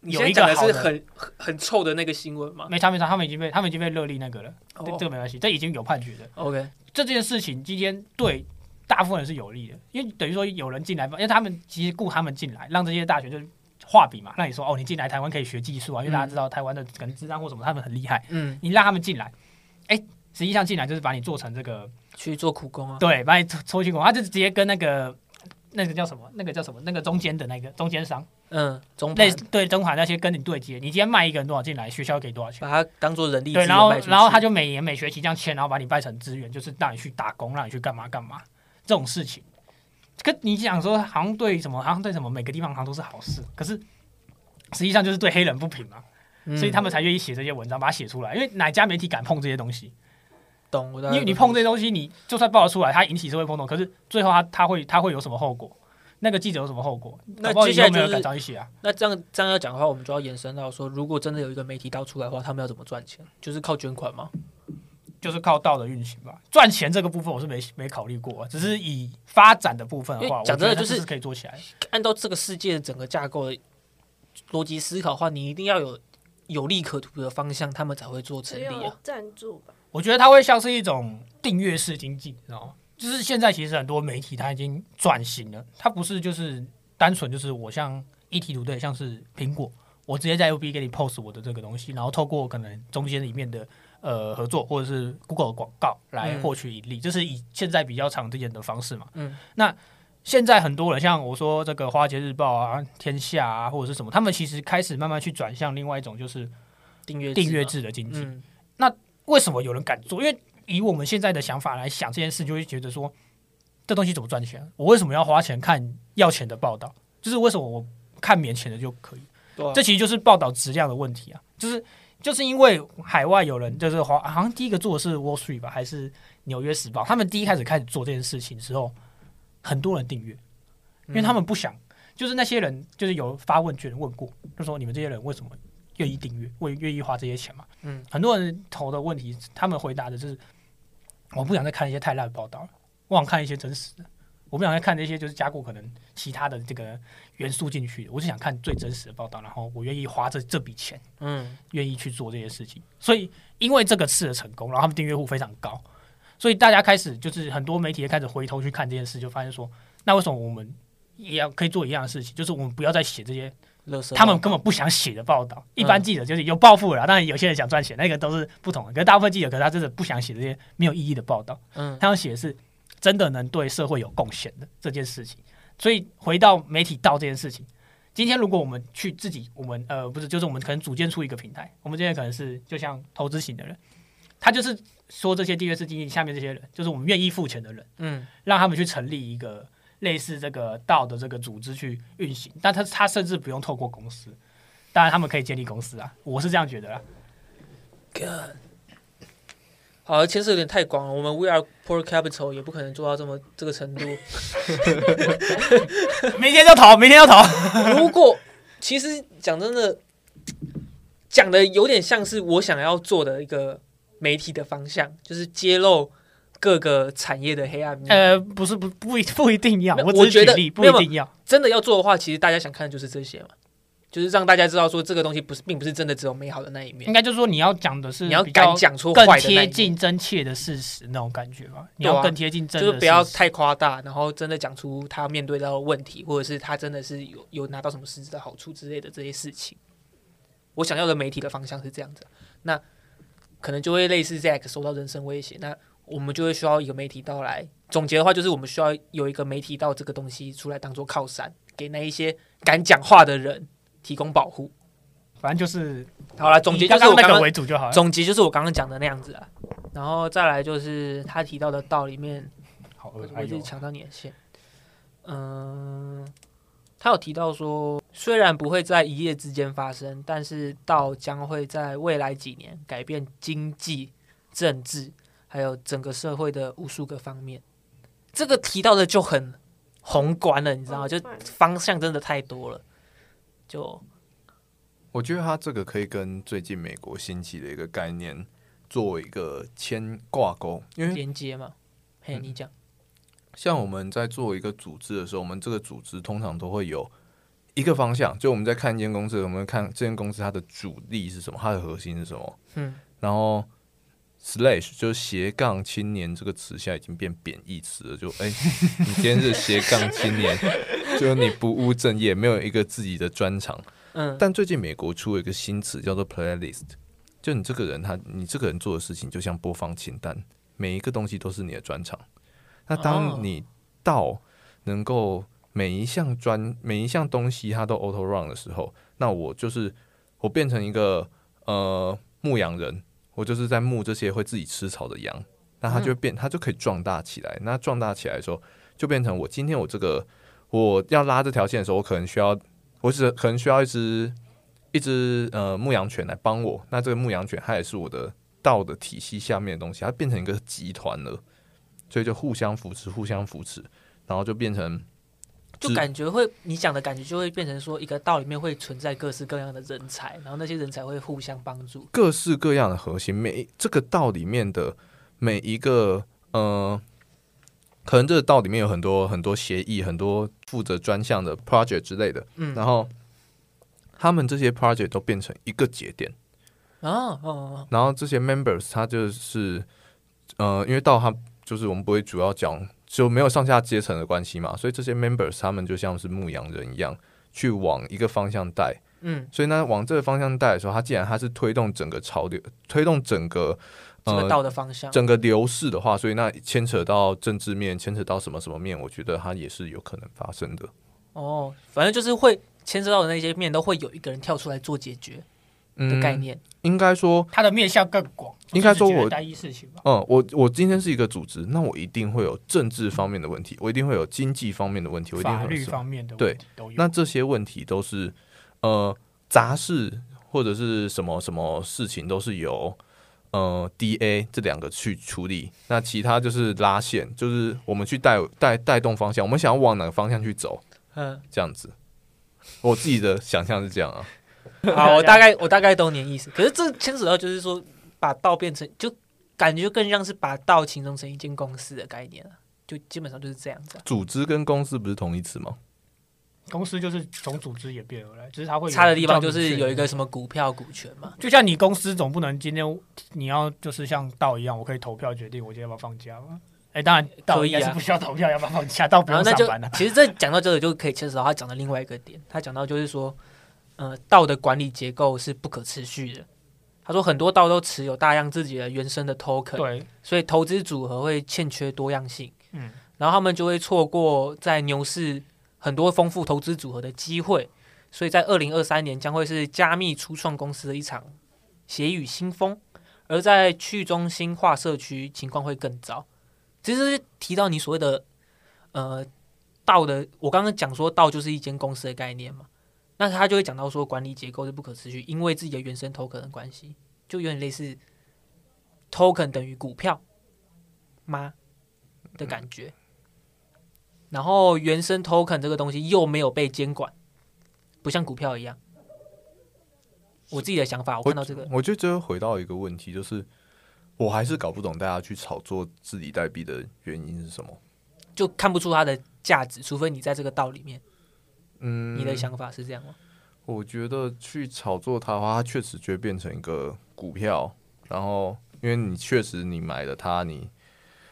你有现在一个讲的好是的很很很臭的那个新闻嘛没差没差，他们已经被他们已经被勒令那个了，这、哦这个没关系，这已经有判决的。 ？OK，这件事情今天对大部分人是有利的，因为等于说有人进来，因为他们其实雇他们进来，让这些大学就是画笔嘛，让你说哦，你进来台湾可以学技术啊，因为大家知道台湾的可能智商或什么，他们很厉害，嗯，你让他们进来，哎，实际上进来就是把你做成这个，去做苦工啊。对，把你抽抽去工，他就直接跟那个。那个叫什么？那个叫什么？那个中间的那个中间商，嗯，总类盘似对中华那些跟你对接，你今天卖一个人多少进来，学校给多少钱？把它当做人力资对，源然后卖出去然后他就每年每学期这样签，然后把你拜成资源，就是让你去打工，让你去干嘛干嘛这种事情。跟你讲说，好像对什么，好像对什么，每个地方好像都是好事，可是实际上就是对黑人不平嘛，嗯所以他们才愿意写这些文章，把它写出来。因为哪家媒体敢碰这些东西？懂我的。因为你碰这些东西，你就算报得出来，它引起社会轰动，可是最后他他会他会有什么后果？那个记者有什么后果？那搞不好接下来以后没有就是人敢找你写啊。那这样这样要讲的话，我们就要延伸到说，如果真的有一个媒体倒出来的话，他们要怎么赚钱？就是靠捐款吗？就是靠道德运行吧。赚钱这个部分我是没没考虑过，只是以发展的部分的因话，为讲真的我觉得就是是可以做起来。按照这个世界的整个架构的逻辑思考的话，你一定要有有利可图的方向，他们才会做成只立有啊。赞助吧。我觉得它会像是一种订阅式经济，你知道吗？就是现在其实很多媒体它已经转型了，它不是就是单纯就是我像一体图对，像是苹果，我直接在 FB 给你 post 我的这个东西，然后透过可能中间里面的呃合作或者是 Google 的广告来嗯获取盈利，这是以现在比较常见的方式嘛。嗯，那现在很多人像我说这个《华尔街日报》啊、《天下》啊或者是什么，他们其实开始慢慢去转向另外一种就是订阅订阅嘛，制的经济。嗯，为什么有人敢做？因为以我们现在的想法来想这件事，就会觉得说，这东西怎么赚钱？我为什么要花钱看要钱的报道？就是为什么我看免钱的就可以？对啊这其实就是报道质量的问题啊！就是就是因为海外有人就是华，好像第一个做的是 Wall Street 吧，还是纽约时报？他们第一开始开始做这件事情之后，很多人订阅，因为他们不想，就是那些人就是有发问卷问过，就说你们这些人为什么愿意订阅，为愿意花这些钱嘛？嗯，很多人投的问题，他们回答的就是我不想再看一些太烂的报道了，我想看一些真实的。我不想再看那些就是加固可能其他的这个元素进去的，我就想看最真实的报道，然后我愿意花这这笔钱，嗯，愿意去做这些事情。所以因为这个次的成功，然后他们订阅户非常高，所以大家开始就是很多媒体也开始回头去看这件事，就发现说，那为什么我们也要可以做一样的事情，就是我们不要再写这些乐色他们根本不想写的报道。一般记者就是有暴富了啦，当然有些人想赚钱，那个都是不同的。可是大部分记者，可是他真的不想写这些没有意义的报道，嗯他要写的是真的能对社会有贡献的这件事情。所以回到媒体道这件事情，今天如果我们去自己，我们呃不是，就是我们可能组建出一个平台，我们今天可能是就像投资型的人，他就是说这些订阅式经济下面这些人，就是我们愿意付钱的人。嗯让他们去成立一个类似这个道的这个组织去运行，但他他甚至不用透过公司，当然他们可以建立公司啊，我是这样觉得啦。好，牵涉有点太广了。我们 We Are Poor Capital 也不可能做到这么这个程度。明天就投，明天就投。如果其实讲真的，讲的有点像是我想要做的一个媒体的方向，就是揭露各个产业的黑暗面。呃，不是不不一不一定要，没有我只是我觉得举例，不没一有定要。真的要做的话，其实大家想看的就是这些嘛，就是让大家知道说这个东西不是，并不是真的只有美好的那一面应，该就是说你要讲的是你要嗯比敢较讲出更坏的那一贴面，近真切的事实那种感觉吧。你对要啊更贴近真就的是事不要实太夸大，然后真的讲出他面对到的问题，或者是他真的是有有拿到什么实质的好处之类的这些事情。我想要的媒体的方向是这样子，那可能就会类似 Zack 受到人身威胁，那我们就会需要一个媒体到来。总结的话，就是我们需要有一个媒体到这个东西出来当做靠山，给那一些敢讲话的人提供保护。反正就是好啊了，总结以就刚是我刚那刚个刚为主就好了。总结就是我刚刚讲的那样子啊，然后再来就是他提到的道里面，好我饿，我还一直有啊抢到你的线。嗯，他有提到说，虽然不会在一夜之间发生，但是道将会在未来几年改变经济、政治，还有整个社会的无数个方面。这个提到的就很宏观了，你知道吗？就宏观方向真的太多了，就我觉得它这个可以跟最近美国兴起的一个概念做一个牵挂钩，因嗯为连接嘛。嘿，你讲，像我们在做一个组织的时候，我们这个组织通常都会有一个方向，就我们在看一间公司，我们看这间公司它的主力是什么，它的核心是什么，嗯，然后 slash 就是斜杠青年这个词现在已经变贬义词了，就哎、你今天是斜杠青年，就是你不务正业，没有一个自己的专长，嗯，但最近美国出了一个新词叫做 playlist，就你这个人他，你这个人做的事情就像播放清单，每一个东西都是你的专长。那哦当你到能够每一项专每一项东西它都 auto run 的时候，那我就是我变成一个呃牧羊人，我就是在牧这些会自己吃草的羊，那它就会变，它就可以壮大起来。那壮大起来的时候，就变成我今天我这个我要拉这条线的时候，我可能需要，我只可能需要一只一只呃牧羊犬来帮我。那这个牧羊犬它也是我的道的体系下面的东西，它变成一个集团了，所以就互相扶持，互相扶持，然后就变成就只感觉会，你讲的感觉就会变成说，一个道里面会存在各式各样的人才，然后那些人才会互相帮助。各式各样的核心，每这个道里面的每一个呃，可能这个道里面有很多很多协议，很多负责专项的 project 之类的，嗯然后他们这些 project 都变成一个节点，啊，哦哦，然后这些 members 他就是呃，因为道他就是我们不会主要讲，就没有上下阶层的关系嘛，所以这些 members 他们就像是牧羊人一样，去往一个方向带。嗯，所以呢，往这个方向带的时候，它既然它是推动整个潮流，推动整个这个呃道的方向，整个流逝的话，所以那牵扯到政治面，牵扯到什么什么面，我觉得它也是有可能发生的。哦，反正就是会牵涉到的那些面，都会有一个人跳出来做解决的概，念。嗯应该说，他的面向更广，应该说我不是只解决单一事情吧。嗯，我我今天是一个组织，那我一定会有政治方面的问题，我一定会有经济方面的问题，我一定法会有律什么方面的对问题都有。那这些问题都是呃杂事或者是什么什么事情都是由呃 DA 这两个去处理，那其他就是拉线，就是我们去带带带动方向，我们想要往哪个方向去走，嗯，这样子。我自己的想象是这样啊， *laughs* 好，我大概我大概懂你的意思。可是这牵扯到就是说，把道变成就感觉更像是把道形容成一间公司的概念了，就基本上就是这样子啊、组织跟公司不是同义词吗？公司就是从组织演变而来，只是它会有差的地方比就较明确是有一的个什么股票股权嘛，就像你公司总不能今天你要就是像道一样，我可以投票决定我今天要不要放假吗？哎、当然道可以应啊该是不需要投票要不要放假，道不然后用那上就班的、 *laughs* 其实这讲到这里就可以牵扯到他讲的另外一个点，他讲到就是说，呃，道的管理结构是不可持续的。他说很多道都持有大量自己的原生的 token，对，所以投资组合会欠缺多样性，嗯，然后他们就会错过在牛市很多丰富投资组合的机会，所以在二零二三年将会是加密初创公司的一场血雨腥风，而在去中心化社区情况会更糟。其实提到你所谓的呃道的，我刚刚讲说道就是一间公司的概念嘛，那他就会讲到说，管理结构是不可持续，因为自己的原生 token 的关系，就有点类似 token 等于股票吗的感觉。然后原生 token 这个东西又没有被监管，不像股票一样。我自己的想法，我看到这个，我觉得这回到一个问题，就是我还是搞不懂大家去炒作治理代币的原因是什么。就看不出它的价值，除非你在这个道里面。嗯，你的想法是这样吗？我觉得去炒作它的话，它确实就会变成一个股票，然后因为你确实你买了它，你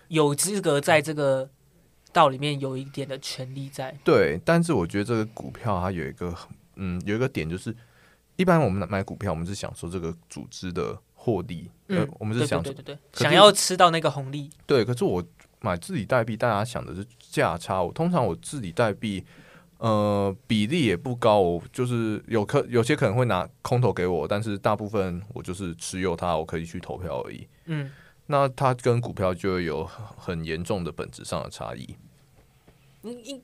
有资格在这个道里面有一点的权利在，对，但是我觉得这个股票它有一个很嗯有一个点就是，一般我们买股票，我们是想说这个组织的获利，嗯呃，我们对是对想对对对，可是想要吃到那个红利，对，可是我买治理代币，大家想的是价差。我通常我治理代币，呃，比例也不高，我就是有可有些可能会拿空投给我，但是大部分我就是持有它，我可以去投票而已。嗯，那它跟股票就会有很很严重的本质上的差异。应应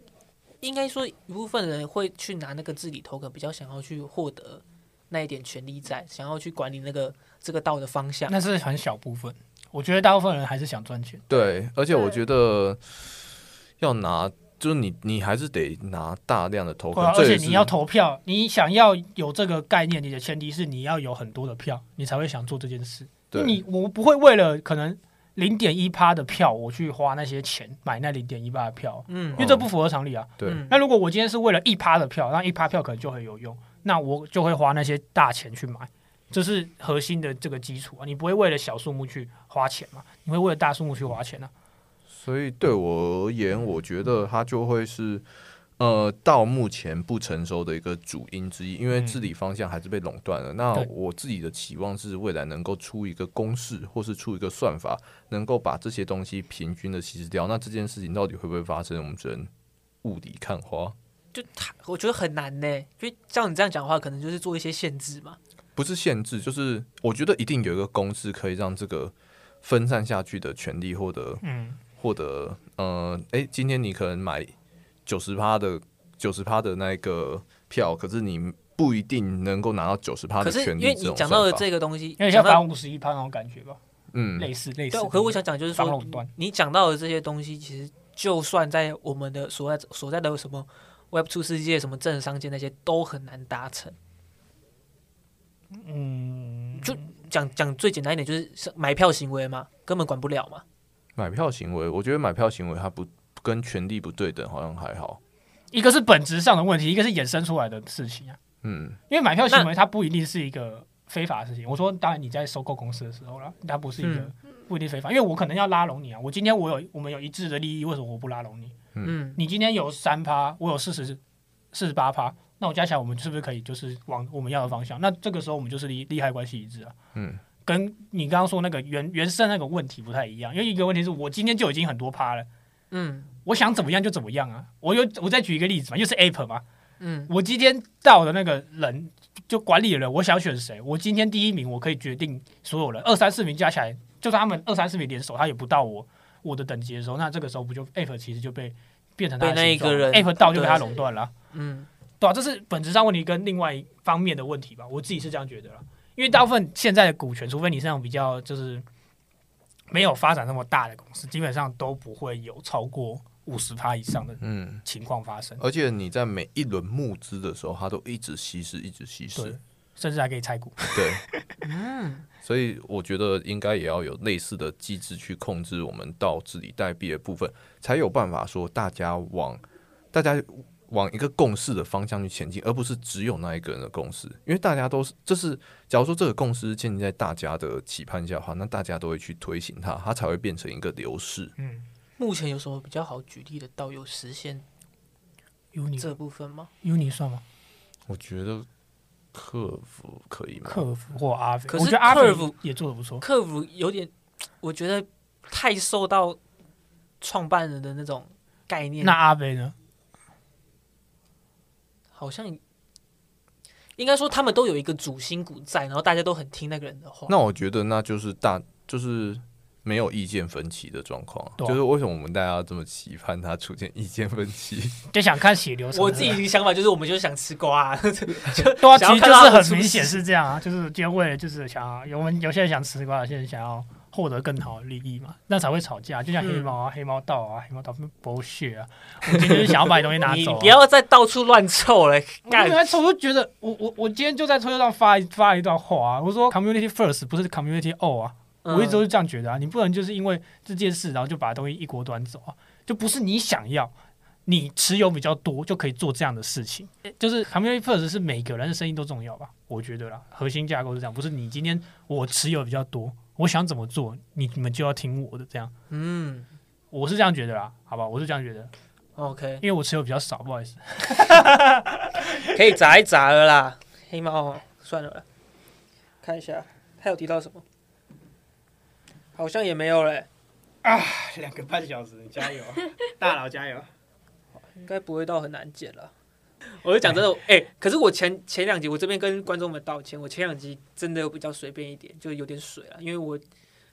应该说一部分人会去拿那个治理头可比较想要去获得那一点权利在，想要去管理那个这个道的方向。那是很小部分。我觉得大部分人还是想赚钱。对，而且我对觉得要拿，就是你你还是得拿大量的投对啊票，，而这且也是你要投票，你想要有这个概念，你的前提是你要有很多的票，你才会想做这件事。对你我不会为了可能零点一趴的票，我去花那些钱买那零点一趴的票，嗯因为这不符合常理啊。对嗯那如果我今天是为了一趴的票，那一趴票可能就很有用，那我就会花那些大钱去买，这是核心的这个基础啊。你不会为了小数目去花钱嘛？你会为了大数目去花钱啊？所以嗯对我而言，我觉得它就会是呃到目前不成熟的一个主因之一，因为嗯治理方向还是被垄断了。那对我自己的期望是未来能够出一个公式，或是出一个算法，能够把这些东西平均的稀释掉。那这件事情到底会不会发生，我们只能雾里看花。就他，我觉得很难呢，因为照你这样讲的话，可能就是做一些限制嘛。不是限制，就是我觉得一定有一个公式可以让这个分散下去的权利获得嗯，获得，呃，诶，今天你可能买九十趴的九十趴的那个票，可是你不一定能够拿到九十可趴的是因权利。为你讲到的这个东西，有点讲像到反五十一啊趴那种感觉吧，嗯，类似类似。对，可是我想讲就是防说垄断，你讲到的这些东西，其实就算在我们的所在所在的什么 Web 2世界、什么政商界那些，都很难达成。嗯，就讲讲最简单一点，就是是买票行为嘛，根本管不了嘛。买票行为，我觉得买票行为它不跟权利不对等，好像还好。一个是本质上的问题，一个是衍生出来的事情啊。嗯，因为买票行为它不一定是一个非法的事情。我说，当然你在收购公司的时候啦，它不是一个嗯不一定非法，因为我可能要拉拢你啊。我今天我有我们有一致的利益，为什么我不拉拢你？嗯，你今天有三趴，我有四十四十八趴，那我加起来我们是不是可以就是往我们要的方向？那这个时候我们就是利利害关系一致啊。嗯，跟你刚刚说那个原原生那个问题不太一样，因为一个问题是我今天就已经很多趴了。嗯我想怎么样就怎么样啊！我有我再举一个例子嘛，又是 App 嘛，嗯我今天到的那个人就管理人，我想选谁，我今天第一名，我可以决定所有人，二三四名加起来，就算他们二三四名联手，他也不到我我的等级的时候，那这个时候不就 App 其实就被变成他的被那形状了一个人 App 到就被他对垄断了啊、嗯，对啊，这是本质上问题跟另外一方面的问题吧，我自己是这样觉得啦。因为大部分现在的股权，除非你是那种比较就是没有发展那么大的公司，基本上都不会有超过五十趴以上的嗯，情况发生，而且你在每一轮募资的时候，它都一直稀释，一直稀释。对甚至还可以拆股。对，所以我觉得应该也要有类似的机制去控制我们到治理代币的部分，才有办法说大家往大家往一个共识的方向去前进，而不是只有那一个人的共识。因为大家都是，这是假如说这个共识是建立在大家的期盼下的话，那大家都会去推行它，它才会变成一个流逝。嗯目前有什么比较好举例的道有实现，Uni 这部分吗？ Uni 算吗？我觉得客服可以吗？客服或阿飞，可我是觉得阿飞 Curve 也做的不错。客服有点，我觉得太受到创办人的那种概念那阿飞呢？好像应该说他们都哦有一个主心骨在，然后大家都很听那个人的话。那我觉得那就是大就是没有意见分歧的状况啊，对啊就是为什么我们大家这么期盼它出现意见分歧？ *laughs* 就想看血流成河。我自己的想法就是，我们就是想吃瓜、对啊，其想要实看就是到他们很出明显事是这样啊，就是今天为了就是想要有人有些人想吃瓜，有些人想要获得更好的利益嘛，那才会吵架。就像嗯黑猫啊、黑猫道啊、黑猫道 bullshit 啊，我今天就是想要把你东西拿 *laughs* 你走、啊。不要再到处乱凑了，因干为他从头觉得我我我今天就在推特上发一发一段话、啊，我说 community first 不是 community all 啊，嗯我一直都是这样觉得啊，你不能就是因为这件事然后就把东西一锅端走啊，就不是你想要，你持有比较多就可以做这样的事情，就是 community first 是每个人的声音都重要吧，我觉得啦，核心架构是这样，不是你今天我持有比较多，我想怎么做，你你们就要听我的这样，嗯我是这样觉得啦，好吧，我是这样觉得， ，OK，因为我持有比较少，不好意思。可以砸一砸了啦。黑猫算了啦，看一下他有提到什么，好像也没有嘞、两个半小时，加油，大佬加油！应该不会到很难剪了。我就讲真的，哎、可是我前前两集我这边跟观众们道歉，我前两集真的有比较随便一点，就有点水了，因为我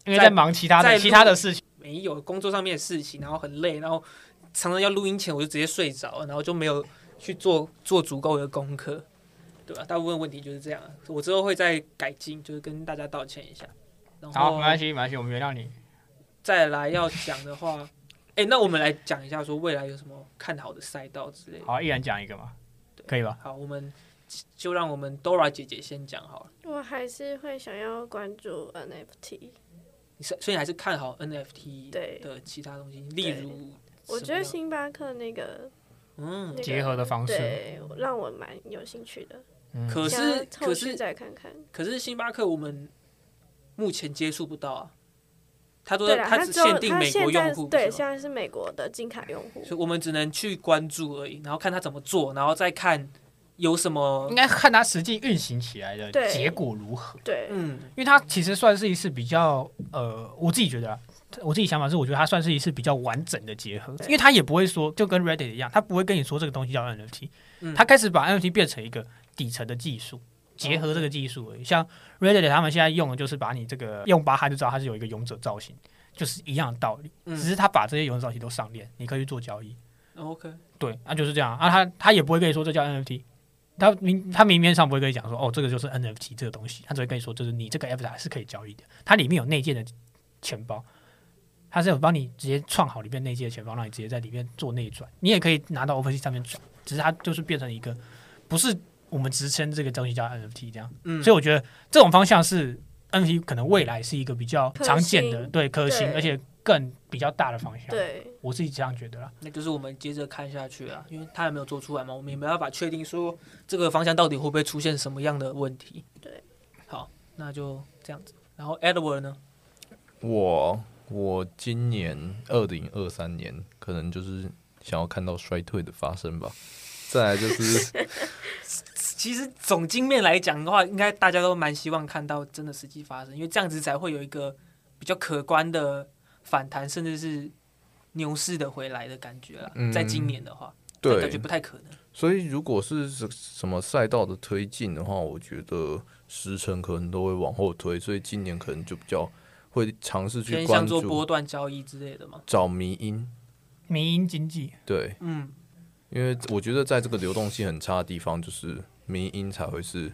因为在忙其他在的录其他的事情，没有工作上面的事情，然后很累，然后常常要录音前我就直接睡着，然后就没有去做做足够的功课，对吧、大部分问题就是这样，我之后会再改进，就是跟大家道歉一下。然好，没后关系，没关系，我们原谅你。再来要讲的话，哎、那我们来讲一下说未来有什么看好的赛道之类的。好，一人讲一个嘛，可以吧？好，我们就让我们 Dora 姐姐先讲好了。我还是会想要关注 NFT。你是所以你还是看好 NFT 对的其他东西，例如我觉什么嗯得星巴克那个样那个结合的方式对，让我蛮有兴趣的。嗯，可想要是后可续是再看看。可是星巴克我们目前接触不到啊，它都对在啦，它它只只有限定它美国现用在户，对，是吗现在是美国的金卡用户。所以我们只能去关注而已，然后看它怎么做，然后再看有什么应该看它实际运行起来的对结果如何，对，嗯因为它其实算是一次比较呃，我自己觉得、啊。我自己想法是，我觉得它算是一次比较完整的结合，对因为它也不会说就跟 Reddit 一样，它不会跟你说这个东西叫 NFT，嗯它开始把 NFT 变成一个底层的技术，结合这个技术而已。像 Reddit 他们现在用的就是把你这个用巴哈就知道它是有一个勇者造型，就是一样的道理，嗯只是它把这些勇者造型都上链，你可以去做交易。 ，OK，对，那、就是这样啊。他他也不会跟你说这叫 NFT，他明他明面上不会跟你讲说哦，这个就是 NFT 这个东西，他只会跟你说就是你这个 F 是可以交易的，它里面有内建的钱包，它是有帮你直接创好里面内建的钱包，让你直接在里面做内转，你也可以拿到 OpenSea 上面转，只是它就是变成一个不是我们直称这个东西叫 NFT 这样，嗯，所以我觉得这种方向是 NFT 可能未来是一个比较可常见的行对可行，对而且更比较大的方向。对，我自己这样觉得啦。那就是我们接着看下去啊，因为它还没有做出来嘛，我们也没办法确定说这个方向到底会不会出现什么样的问题。对，好，那就这样子。然后 Edward 呢？我我今年二零二三年可能就是想要看到衰退的发生吧。再来就是 *laughs* 其实总经面来讲的话，应该大家都蛮希望看到真的实际发生，因为这样子才会有一个比较可观的反弹，甚至是牛市的回来的感觉啦。嗯在今年的话，但感觉对，不太可能。所以如果是什什么赛道的推进的话，我觉得时程可能都会往后推，所以今年可能就比较会尝试去偏关向做注波段交易之类的嘛。找迷因。民营经济，对，嗯，因为我觉得在这个流动性很差的地方，就是迷因才会是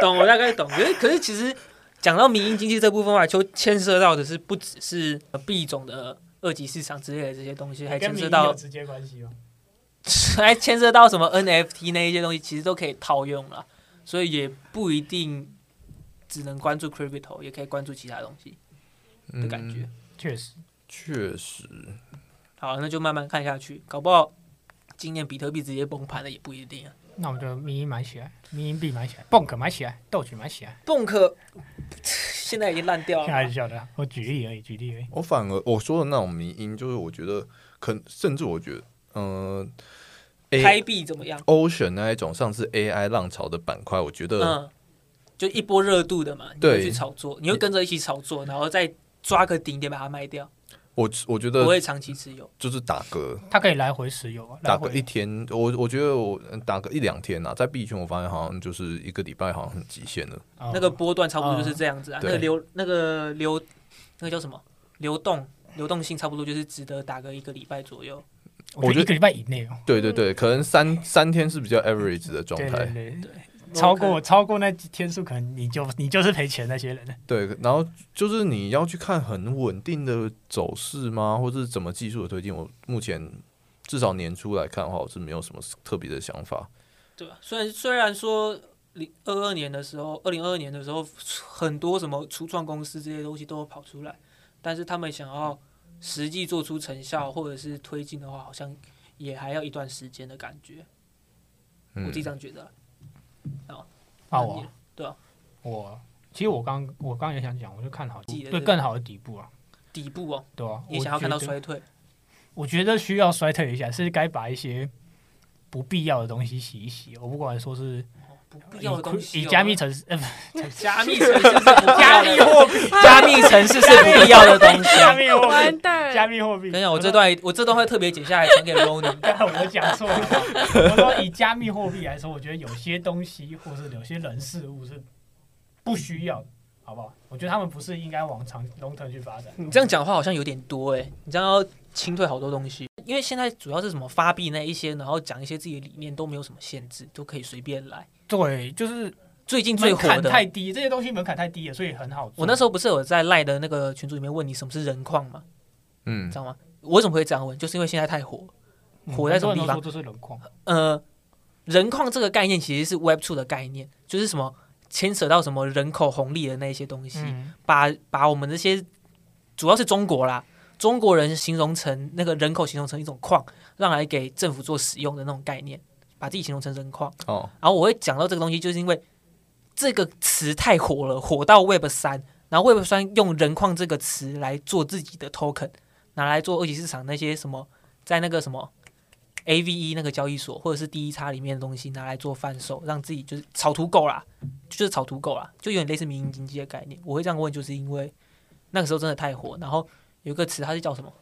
懂，我大概懂。可是，可是其实讲到民营经济这部分啊，就牵涉到的是不只是呃币种的二级市场之类的这些东西，还牵涉到直接关系吗？ *laughs* 还牵涉到什么 NFT 那一些东西，其实都可以套用了，所以也不一定只能关注 crypto，也可以关注其他东西的感觉。嗯确实，确实，好，那就慢慢看下去，搞不好今年比特币直接崩盘了也不一定啊。那我们就民营买起来，民营币买起来，Bonk 买起来，豆曲买起来，蹦可现在已经烂掉 *laughs* 开玩了，笑的啊，我举例而已，举例而已。我反而我说的那种迷因，就是我觉得可甚至我觉得，嗯、呃开，A 币怎么样？ Ocean 那一种上次 AI 浪潮的板块，我觉得嗯，就一波热度的嘛，你对会去炒作，你会跟着一起炒作，然后再抓个顶点把它卖掉。我我觉不得会长期持有。就是打个它可以来回使用啊，来打个回一天，我我觉得我打个一两天啊，在币圈我发现好像就是一个礼拜好像很极限了。哦那个波段差不多就是这样子啊，嗯那个对流那个流那个叫什么流动流动性差不多就是值得打个一个礼拜左右。我我觉觉得得一个礼拜以内哦，对对对，可能三三天是比较 average 的状对对态。对。我超可过超过那几天数，可能你就你就是赔钱那些人了。对，然后就是你要去看很稳定的走势吗，或是怎么技术的推进？我目前至少年初来看的话，我是没有什么特别的想法。对吧？虽然虽然说零二二年的时候，二零二二年的时候，很多什么初创公司这些东西都有跑出来，但是他们想要实际做出成效或者是推进的话，好像也还要一段时间的感觉。我嗯自己这样觉得啊。啊，那我你对啊，我其实我刚我刚也想讲，我就看好记得对这更好的底部啊，底部哦，对啊，也想要看到我觉得衰退。我觉得需要衰退一下，是该把一些不必要的东西洗一洗。我不管说是哦不必以要的东西哦、以加密城市，呃，不加密城市是 *laughs* 不加加密哦密货 *laughs* 加密城市是不必要的东西。 *laughs* 加密货币完蛋，加密货币。等一下，我这段我这段会特别剪下来传给 Rony。刚才我讲错了，我说以加密货币来说，我觉得有些东西或是有些人事物是不需要的，好不好？我觉得他们不是应该往长龙腾去发展。 *laughs* 你这样讲的话好像有点多哎、你这样要清退好多东西，因为现在主要是什么发币那一些，然后讲一些自己的理念都没有什么限制，都可以随便来。对，就是最近最门火槛的，太低，这些东西门槛太低了，所以很好做。我那时候不是有在赖的那个群组里面问你什么是人矿吗？嗯你知，道吗？我为什么会这样问？就是因为现在太火。嗯火在什么很多地方人都说这是轮框，呃，人矿这个概念其实是 Web Two 的概念，就是什么牵扯到什么人口红利的那一些东西，嗯，把把我们这些主要是中国啦，中国人形容成那个人口形容成一种矿，让来给政府做使用的那种概念，把自己形容成人矿。哦，然后我会讲到这个东西，就是因为这个词太火了，火到 Web 三，然后 Web 三用人矿这个词来做自己的 token，拿来做二级市场那些什么，在那个什么 AVE 那个交易所或者是第一叉里面的东西拿来做贩售，让自己就是炒土狗啦，就是炒土狗啦，就有点类似民营经济的概念。我会这样问，就是因为那个时候真的太火，然后有一个词它是叫什么？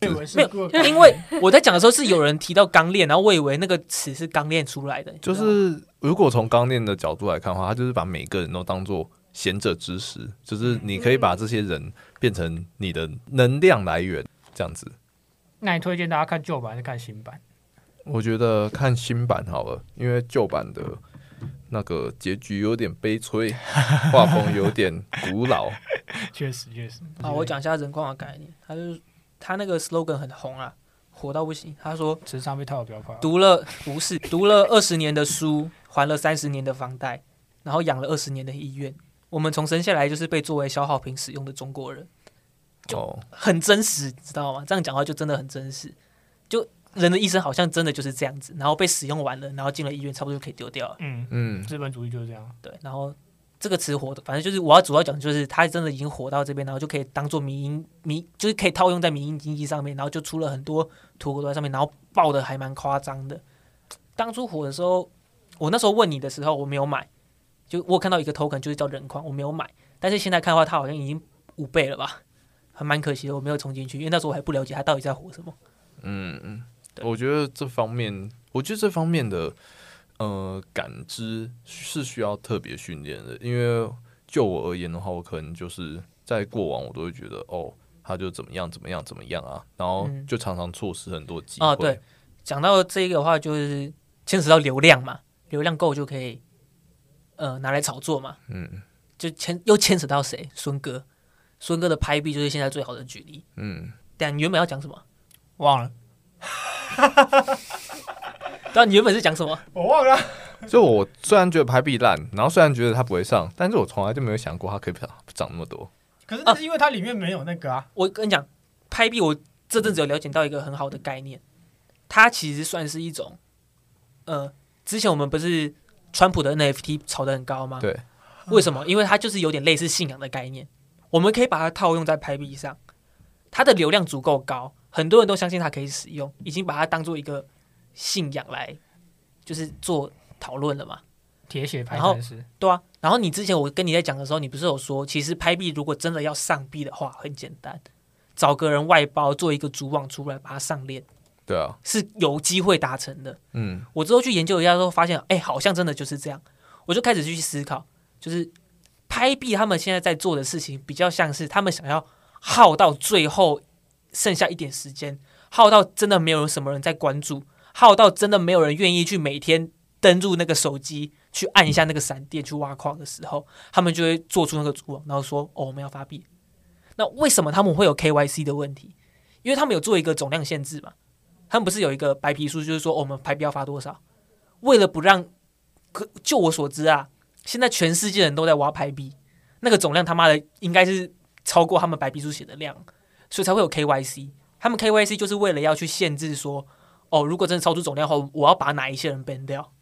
我以为是没有过个因为我在讲的时候是有人提到钢链，然后我以为那个词是钢链出来的，你知就道吗是如果从刚练的角度来看的话，他就是把每个人都当做贤者之石，就是你可以把这些人变成你的能量来源，这样子。那你推荐大家看旧版还是看新版？我觉得看新版好了，因为旧版的那个结局有点 *laughs* 悲催，画风有点古老。确实，确实。好，我讲一下人矿的概念，他就是他那个 slogan 很红啊，火到不行。他说智商被套的比较快。啊读了不是读了二十年的书，还了三十年的房贷，然后养了二十年的医院。我们从生下来就是被作为消耗品使用的中国人，哦，很真实，知道吗？这样讲话就真的很真实，就人的一生好像真的就是这样子，然后被使用完了，然后进了医院，差不多就可以丢掉了。嗯，嗯，资本主义就是这样。对，然后这个词火的，反正就是我要主要讲就是它真的已经火到这边，然后就可以当做民营民，就是可以套用在民营经济上面，然后就出了很多图狗都在上面，然后爆的还蛮夸张的。当初火的时候，我那时候问你的时候，我没有买，就我有看到一个 token 就是叫人矿，我没有买，但是现在看的话，它好像已经五倍了吧，还蛮可惜的，我没有冲进去，因为那时候我还不了解它到底在火什么。对我觉得这方面，我觉得这方面的呃感知是需要特别训练的，因为就我而言的话，我可能就是在过往我都会觉得哦，他就怎么样怎么样怎么样啊，然后嗯就常常错失很多机会。哦，对，讲到这个的话，就是牵扯到流量嘛，流量够就可以呃拿来炒作嘛。嗯就牵又牵扯到谁？孙哥，孙哥的拍币就是现在最好的举例。嗯，但你原本要讲什么？忘了，但你原本是讲什么？我忘了。就我虽然觉得排比烂，然后虽然觉得他不会上，但是我从来就没有想过他可以涨涨那么多。可是那是因为它里面没有那个啊。我跟你讲，拍币我这阵子有了解到一个很好的概念，它其实算是一种，呃，之前我们不是川普的 NFT 炒得很高吗？对，为什么？因为它就是有点类似信仰的概念，我们可以把它套用在拍币上，它的流量足够高，很多人都相信它可以使用，已经把它当做一个信仰来，就是做讨论了嘛。铁血排然后城市，对啊，然后你之前我跟你在讲的时候，你不是有说，其实拍币如果真的要上币的话，很简单，找个人外包做一个主网出来，把它上链对啊，是有机会达成的。嗯，我之后去研究一下之后，发现哎、好像真的就是这样。我就开始去思考，就是拍币他们现在在做的事情，比较像是他们想要耗到最后剩下一点时间，耗到真的没有什么人在关注，耗到真的没有人愿意去每天登入那个手机去按一下那个闪电去挖矿的时候，他们就会做出那个主网，然后说哦我们要发币。那为什么他们会有 KYC 的问题？因为他们有做一个总量限制嘛。他们不是有一个白皮书，就是说、哦我们排币要发多少？为了不让，可就我所知啊，现在全世界人都在挖排币，那个总量他妈的应该是超过他们白皮书写的量，所以才会有 KYC。他们 KYC 就是为了要去限制说，哦，如果真的超出总量后，我要把哪一些人 ban 掉，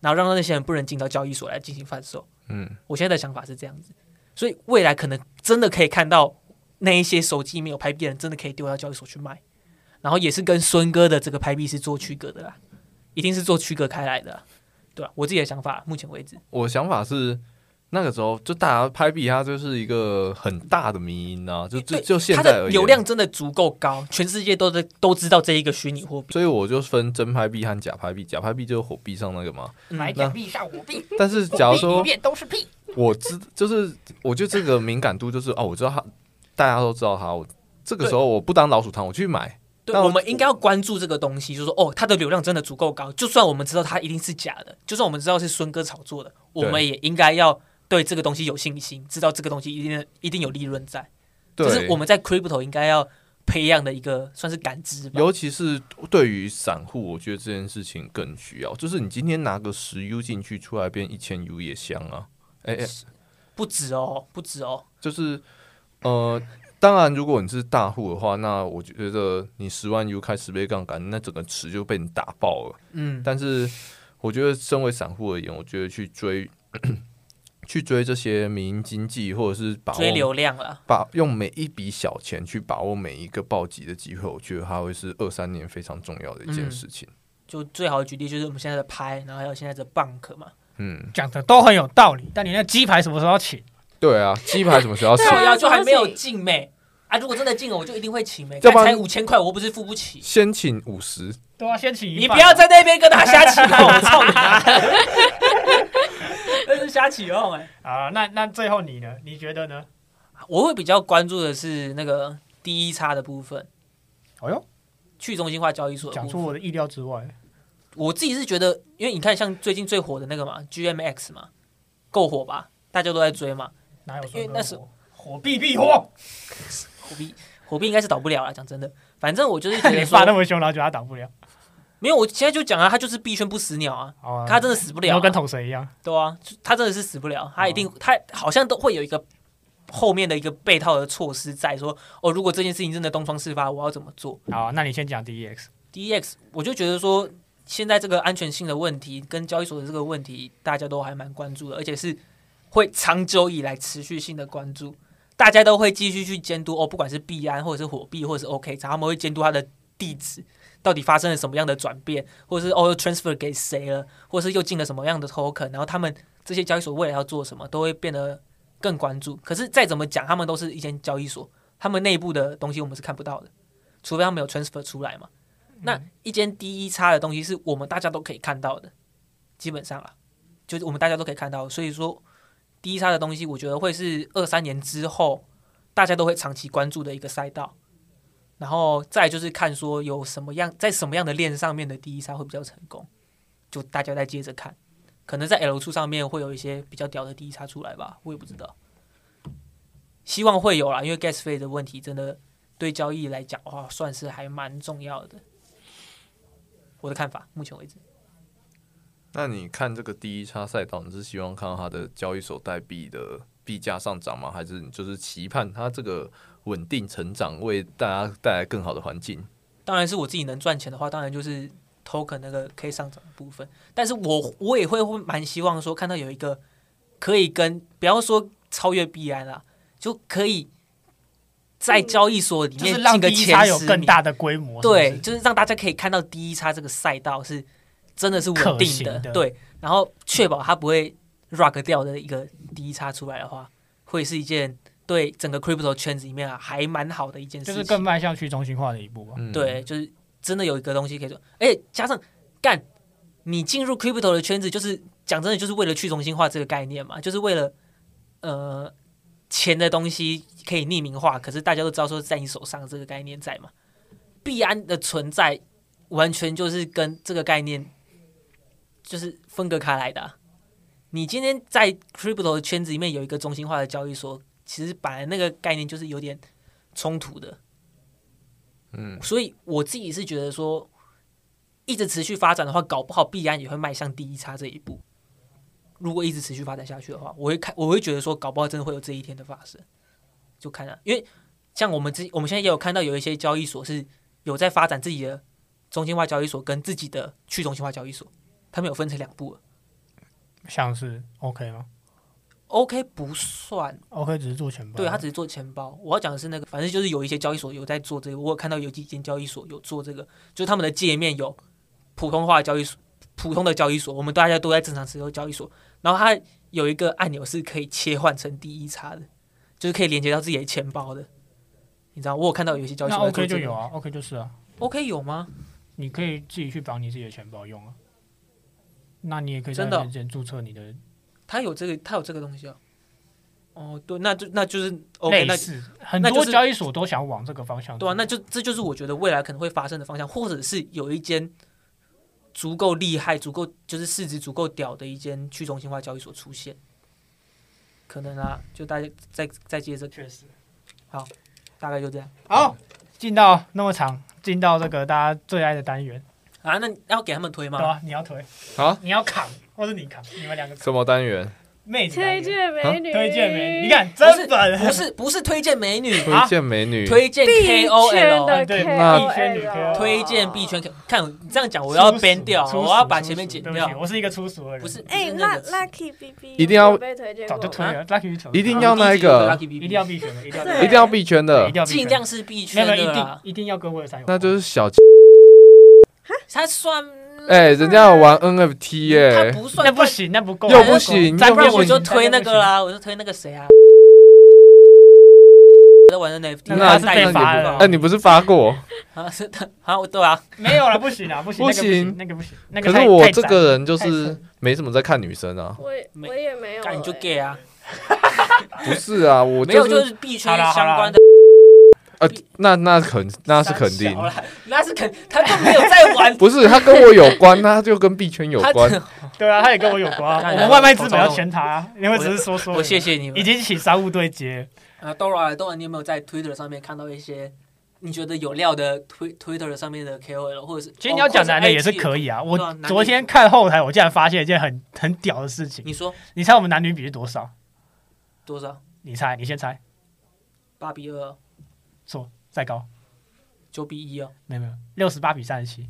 然后让那些人不能进到交易所来进行贩售。嗯，我现在的想法是这样子，所以未来可能真的可以看到那一些手机没有拍币的人，真的可以丢到交易所去卖，然后也是跟孙哥的这个拍币是做区隔的啦，一定是做区隔开来的啦，对吧、我自己的想法，目前为止，我想法是那个时候就大家拍币，它就是一个很大的迷因啊，就就对就现它在的而言流量真的足够高，全世界都在都知道这一个虚拟货币，所以我就分真拍币和假拍币，假拍币就是火币上那个嘛。买假币上我币，但是假如我币里说面都是屁。我知，就是我觉得这个敏感度就是哦，我知道它，大家都知道它。我这个时候我不当老鼠仓，我去买，对，那我我们应该要关注这个东西，就是说哦，它的流量真的足够高，就算我们知道它一定是假的，就算我们知道是孙哥炒作的，我对们也应该要对这个东西有信心，知道这个东西一定一定有利润在。对，这是我们在 crypto 应该要培养的一个算是感知吧。尤其是对于散户，我觉得这件事情更需要。就是你今天拿个十 U 进去，出来变一千 U 也香啊！哎、哎，不止哦，不止哦，就是呃，当然如果你是大户的话，那我觉得你十万 U 开十倍杠杆，那整个池就被你打爆了。嗯，但是我觉得身为散户而言，我觉得去追 *clears throat* 去追这些民营经济，或者是把握追流量了，把用每一笔小钱去把握每一个暴击的机会，我觉得它会是二三年非常重要的一件嗯事情。就最好的举例就是我们现在的拍，然后还有现在的 bank 嘛，嗯讲的都很有道理，但你那鸡排什么时候要请？对啊，鸡排什么时候要吃对？啊靠腰就还没有怎么进妹啊，如果真的进了，我就一定会请妹，要不然才五千块，我又不是付不起。先请五十，对啊，先请一你半不要在那边跟他瞎起哄， *laughs* 我操你妈！那是瞎起哄哎、啊！那那最后你呢？你觉得呢？我会比较关注的是那个第一差的部分，哎呦，去中心化交易所的讲部分出我的意料之外。我自己是觉得，因为你看，像最近最火的那个嘛，GMX 嘛，够火吧？大家都在追嘛，哪有说因为那是火必必火，火币火币应该是倒不了了。讲真的，反正我就是觉看 *laughs* 你得发那说，么凶，然后觉得他挡不了，没有，我现在就讲啊，他就是币圈不死鸟啊，好啊，他真的死不了、要啊，跟桶神一样，对啊，就他真的是死不了，他一定他好像都会有一个后面的一个被套的措施在说，哦，如果这件事情真的东窗事发，我要怎么做？好啊，那你先讲 DEX， DEX，我就觉得说，现在这个安全性的问题跟交易所的这个问题，大家都还蛮关注的，而且是会长久以来持续性的关注。大家都会继续去监督哦，不管是币安或者是火币或者是 OK，他们会监督它的地址到底发生了什么样的转变，或者是哦又 transfer 给谁了，或者是又进了什么样的 token，然后他们这些交易所未来要做什么，都会变得更关注。可是再怎么讲，他们都是一间交易所，他们内部的东西我们是看不到的，除非他们有 transfer 出来嘛。那一间第一差的东西是我们大家都可以看到的，基本上啊，就是我们大家都可以看到，所以说第一差的东西，我觉得会是二三年之后大家都会长期关注的一个赛道。然后再就是看说有什么样在什么样的链上面的第一差会比较成功，就大家再接着看，可能在 L 处上面会有一些比较屌的第一差出来吧，我也不知道，希望会有啦，因为 gas 费的问题真的对交易来讲的话，算是还蛮重要的。我的看法，目前为止，那你看这个第一差赛道，你是希望看到它的交易所代币的币价上涨吗？还是你就是期盼它这个稳定成长，为大家带来更好的环境？当然是我自己能赚钱的话，当然就是 token 那个可以上涨的部分。但是我我也会会蛮希望说，看到有一个可以跟不要说超越币安啦，就可以在交易所里嗯就面是让进个 DEX 前它十有名更大的规模，对，是不是就是让大家可以看到第一差这个赛道是真的是稳可定行的，的对，然后确保它不会 rug 掉的一个第一差出来的话，会是一件对整个 crypto 圈子里面啊，还蛮好的一件就事是情。更迈向去中心化的一步吧。嗯，对，就是真的有一个东西可以做，而且加上干，你进入 crypto 的圈子，就是讲真的，就是为了去中心化这个概念嘛，就是为了呃钱的东西可以匿名化，可是大家都知道说在你手上这个概念在嘛，币安的存在完全就是跟这个概念就是分隔开来的啊、你今天在 crypto 的圈子里面有一个中心化的交易所，其实本来那个概念就是有点冲突的。嗯，所以我自己是觉得说，一直持续发展的话，搞不好必然也会迈向第一差这一步。如果一直持续发展下去的话，我会看，我会觉得说，搞不好真的会有这一天的发生。就看啊，因为像我们之我们现在也有看到有一些交易所是有在发展自己的中心化交易所跟自己的去中心化交易所，他们有分成两步了。像是 OK 吗 OK 不算， ？OK 只是做钱包，对他只是做钱包。我要讲的是那个，反正就是有一些交易所有在做这个，我有看到有几间交易所有做这个，就是他们的界面有普通话交易所、普通的交易所，我们大家都在正常使用交易所，然后它有一个按钮是可以切换成第一叉的，就是可以连接到自己的钱包的。你知道，我有看到有一些交易那所在做 OK 这就个有啊，OK 就是啊， ，OK 有吗？你可以自己去绑你自己的钱包用啊。那你也可以在真的哦那边注册你的它有这个，它有这个东西啊。哦，对，那就那就是 OK，类那似，很那就多是交易所都想往这个方向走。对啊，那就这就是我觉得未来可能会发生的方向，或者是有一间足够厉害、足够就是市值足够屌的一间去中心化交易所出现，可能啊，就大家再再接着，确实，大概就这样好，进到那么长，进到这个大家最爱的单元，啊。那你要给他们推对吗？吧？你要推啊，你要扛，或者你扛，你们两个扛。什么单元？妹子单元推荐美女，推荐没？你，看真本不是不是推荐美女，推荐美女，啊推荐币圈 KOL，的对 KOL，币圈女 KOL 哦推荐币圈 K。看你这样讲，我要粗俗 ban 掉，粗俗我要把粗前面俗剪对不起掉。我是一个粗俗的人，不是，哎，不是那那个 Lucky B B 一定要被推荐早过吗，就推啊了。Lucky 球一定我要第那一集有个 Lucky 一 BB 定要必选的，一定要对一定要币圈对的一定，要必选尽的量是币没有圈没有的一定啦，一定要跟威尔山有关，那就是小他算哎，人家有玩 NFT 他耶，不算那不行，那不够，又不行再再又不不然行我就再推那不个行，啦，我就推那个谁啊，在玩 NFT，那那他是代被言罚人了哎，你不是发过？啊，是的，啊，我对啊，没有了，不行啊，不行，不那个行那个不行，那个可太是我太这窄个人就太是没什么在看女生啊，我也没我也没有，那你就哎 gay 啊，不是啊，我没有就是是币圈好啦好啦相关的，呃，那那肯那是肯定，三，小 *laughs* 啦那是肯，他就没有在玩不是他跟我有关，那就跟币圈有他关。对啊，他也跟我有关啊，看我来们外卖资我本要懂全他啊，因为只是说说而已，我谢谢你已们。经起商务对接，啊，Dora Dora，你有没有在 Twitter 上面看到一些你觉得有料的推 Twitter 上面的 KOL，或者是其实你要讲男的也是以。可以啊，我对啊男女昨天看后台，我竟然发现一件很很屌的事情，哎你说你猜我们男女比是多少？多少？你猜，你先猜，八比二，错，再高，九比一哦。没有没有，六十八比三十七，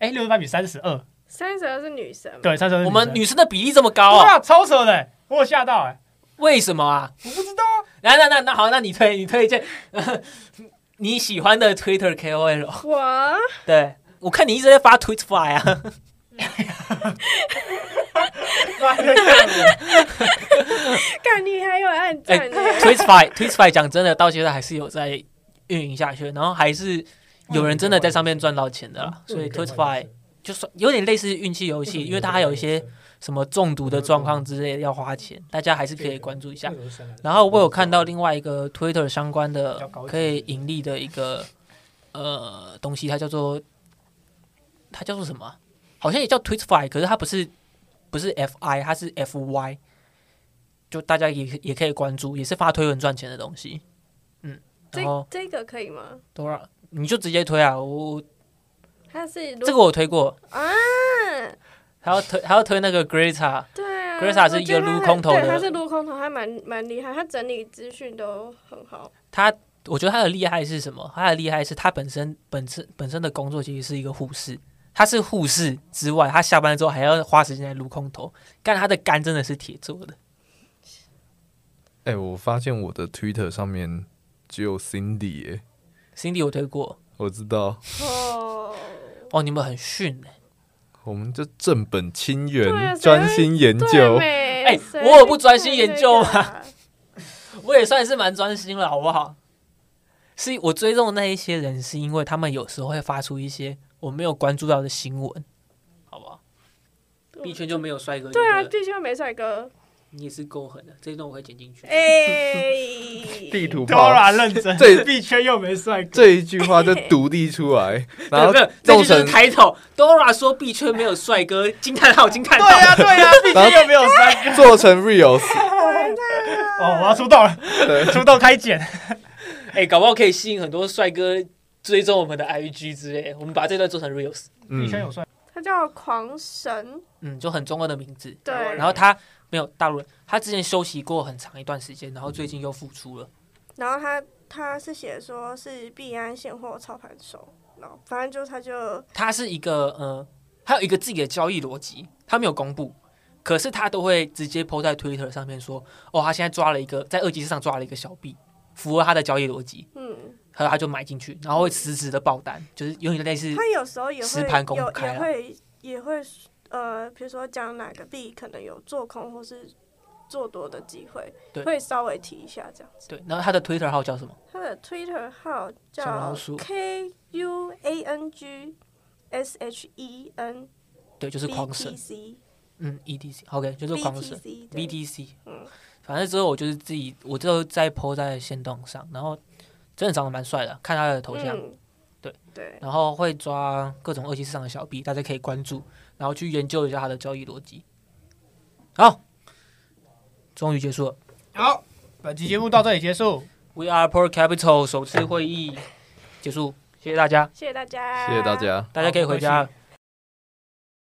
哎，六十八比三十二，三十二是女神嘛，对，三十二，我们女生的比例这么高啊？哇，超扯的，我有吓到 *laughs* 哎，为什么啊？我不知道、啊。那那那那好，那你推你推荐 *laughs* 你喜欢的 Twitter KOL。我对，我看你一直在发 Tweetfy 啊， *laughs* 干你还有暗哎赞呢， ，Tweetfy Tweetfy 讲真的，到现在还是有在运营下去，然后还是有人真的在上面赚到钱的啊啦。所以 Tweetfy 就算有点类似运气游戏，因为它还有一些什么中毒的状况之类的要花钱，大家还是可以关注一下。然后我有看到另外一个 Twitter 相关的可以盈利的一个呃东西，它叫做它叫做什么啊？好像也叫 Twitfy，可是它不是不是 FI，它是 FY，就大家也也可以关注，也是发推文赚钱的东西。嗯，然这后这个可以吗？都让你就直接推啊，我我它是这个我推过，啊，还要推还要推那个 Greta，对啊 Greta 是我一觉得个它撸很空头对，的他是撸空头，还蛮蛮厉害，他整理资讯都很好。她我觉得她的厉害是什么？她的厉害是她本身本身本身的工作其实是一个护士，她是护士之外，她下班之后还要花时间来撸空头，但她的肝真的是铁做的。哎，我发现我的 Twitter 上面只有 Cindy 耶， Cindy 我推过，我知道，哦，哦，你们很逊哎、我们就正本清对啊源，谁专心研对啊究。没哎谁我有不专心研究吗看这个啊我也算是蛮专心了，好不好？是我追踪的那一些人，是因为他们有时候会发出一些我没有关注到的新闻，好不好？币圈就没有帅哥，啊对啊，不必须要没帅哥。你也是够狠的，这一段我会剪进去。哎、 *laughs* 地 *laughs* 图炮啊 Dora 啊认真， *laughs* 这币圈又没帅哥， *laughs* 这一句话就独立出来， *laughs* 对然后没有，这弄就是成 title。Dora 说币圈没有帅哥，惊叹号，惊叹号。 *laughs* 对啊呀对呀，币圈又没有帅哥。做成 real， *laughs* *laughs* 啊哦，我要出道了，对出道开剪，哎，搞不好可以吸引很多帅哥追踪我们的 IG 之类。我们把这段做成 reels，币圈嗯有，帅，他叫狂神，嗯，就很中二的名字。对，然后他没有大陆人，他之前休息过很长一段时间，然后最近又复出了。然后他他是写说是币安现货操盘手，然后反正就他就他是一个呃，他有一个自己的交易逻辑，他没有公布，可是他都会直接 PO 在 Twitter 上面说，哦，他现在抓了一个在二级市场抓了一个小币，符合他的交易逻辑，嗯，然后他就买进去，然后会实时的爆单，就是有点类似他有时候也实会盘公有开啊也会也会呃，比如说讲哪个币可能有做空或是做多的机会对，会稍微提一下这样子。对。然后他的 Twitter 号叫什么？他的 Twitter 号小老叫鼠 K U A N G S H E N 对，就是 B 狂 T 神， C 嗯，ETC，OK，、就是狂 B 神 T。C VTC，嗯反正之后我就是自己，我就在 PO 在线动上，然后真的长得蛮帅的，看他的头像，嗯对对，然后会抓各种二级市场的小币，大家可以关注，然后去研究一下它的交易逻辑。好，终于结束了好，本期节目到这里结束， ，We Are Pro Capital 首次会议结束，谢谢大家，谢谢大家，谢谢大。家。大家可以回家了。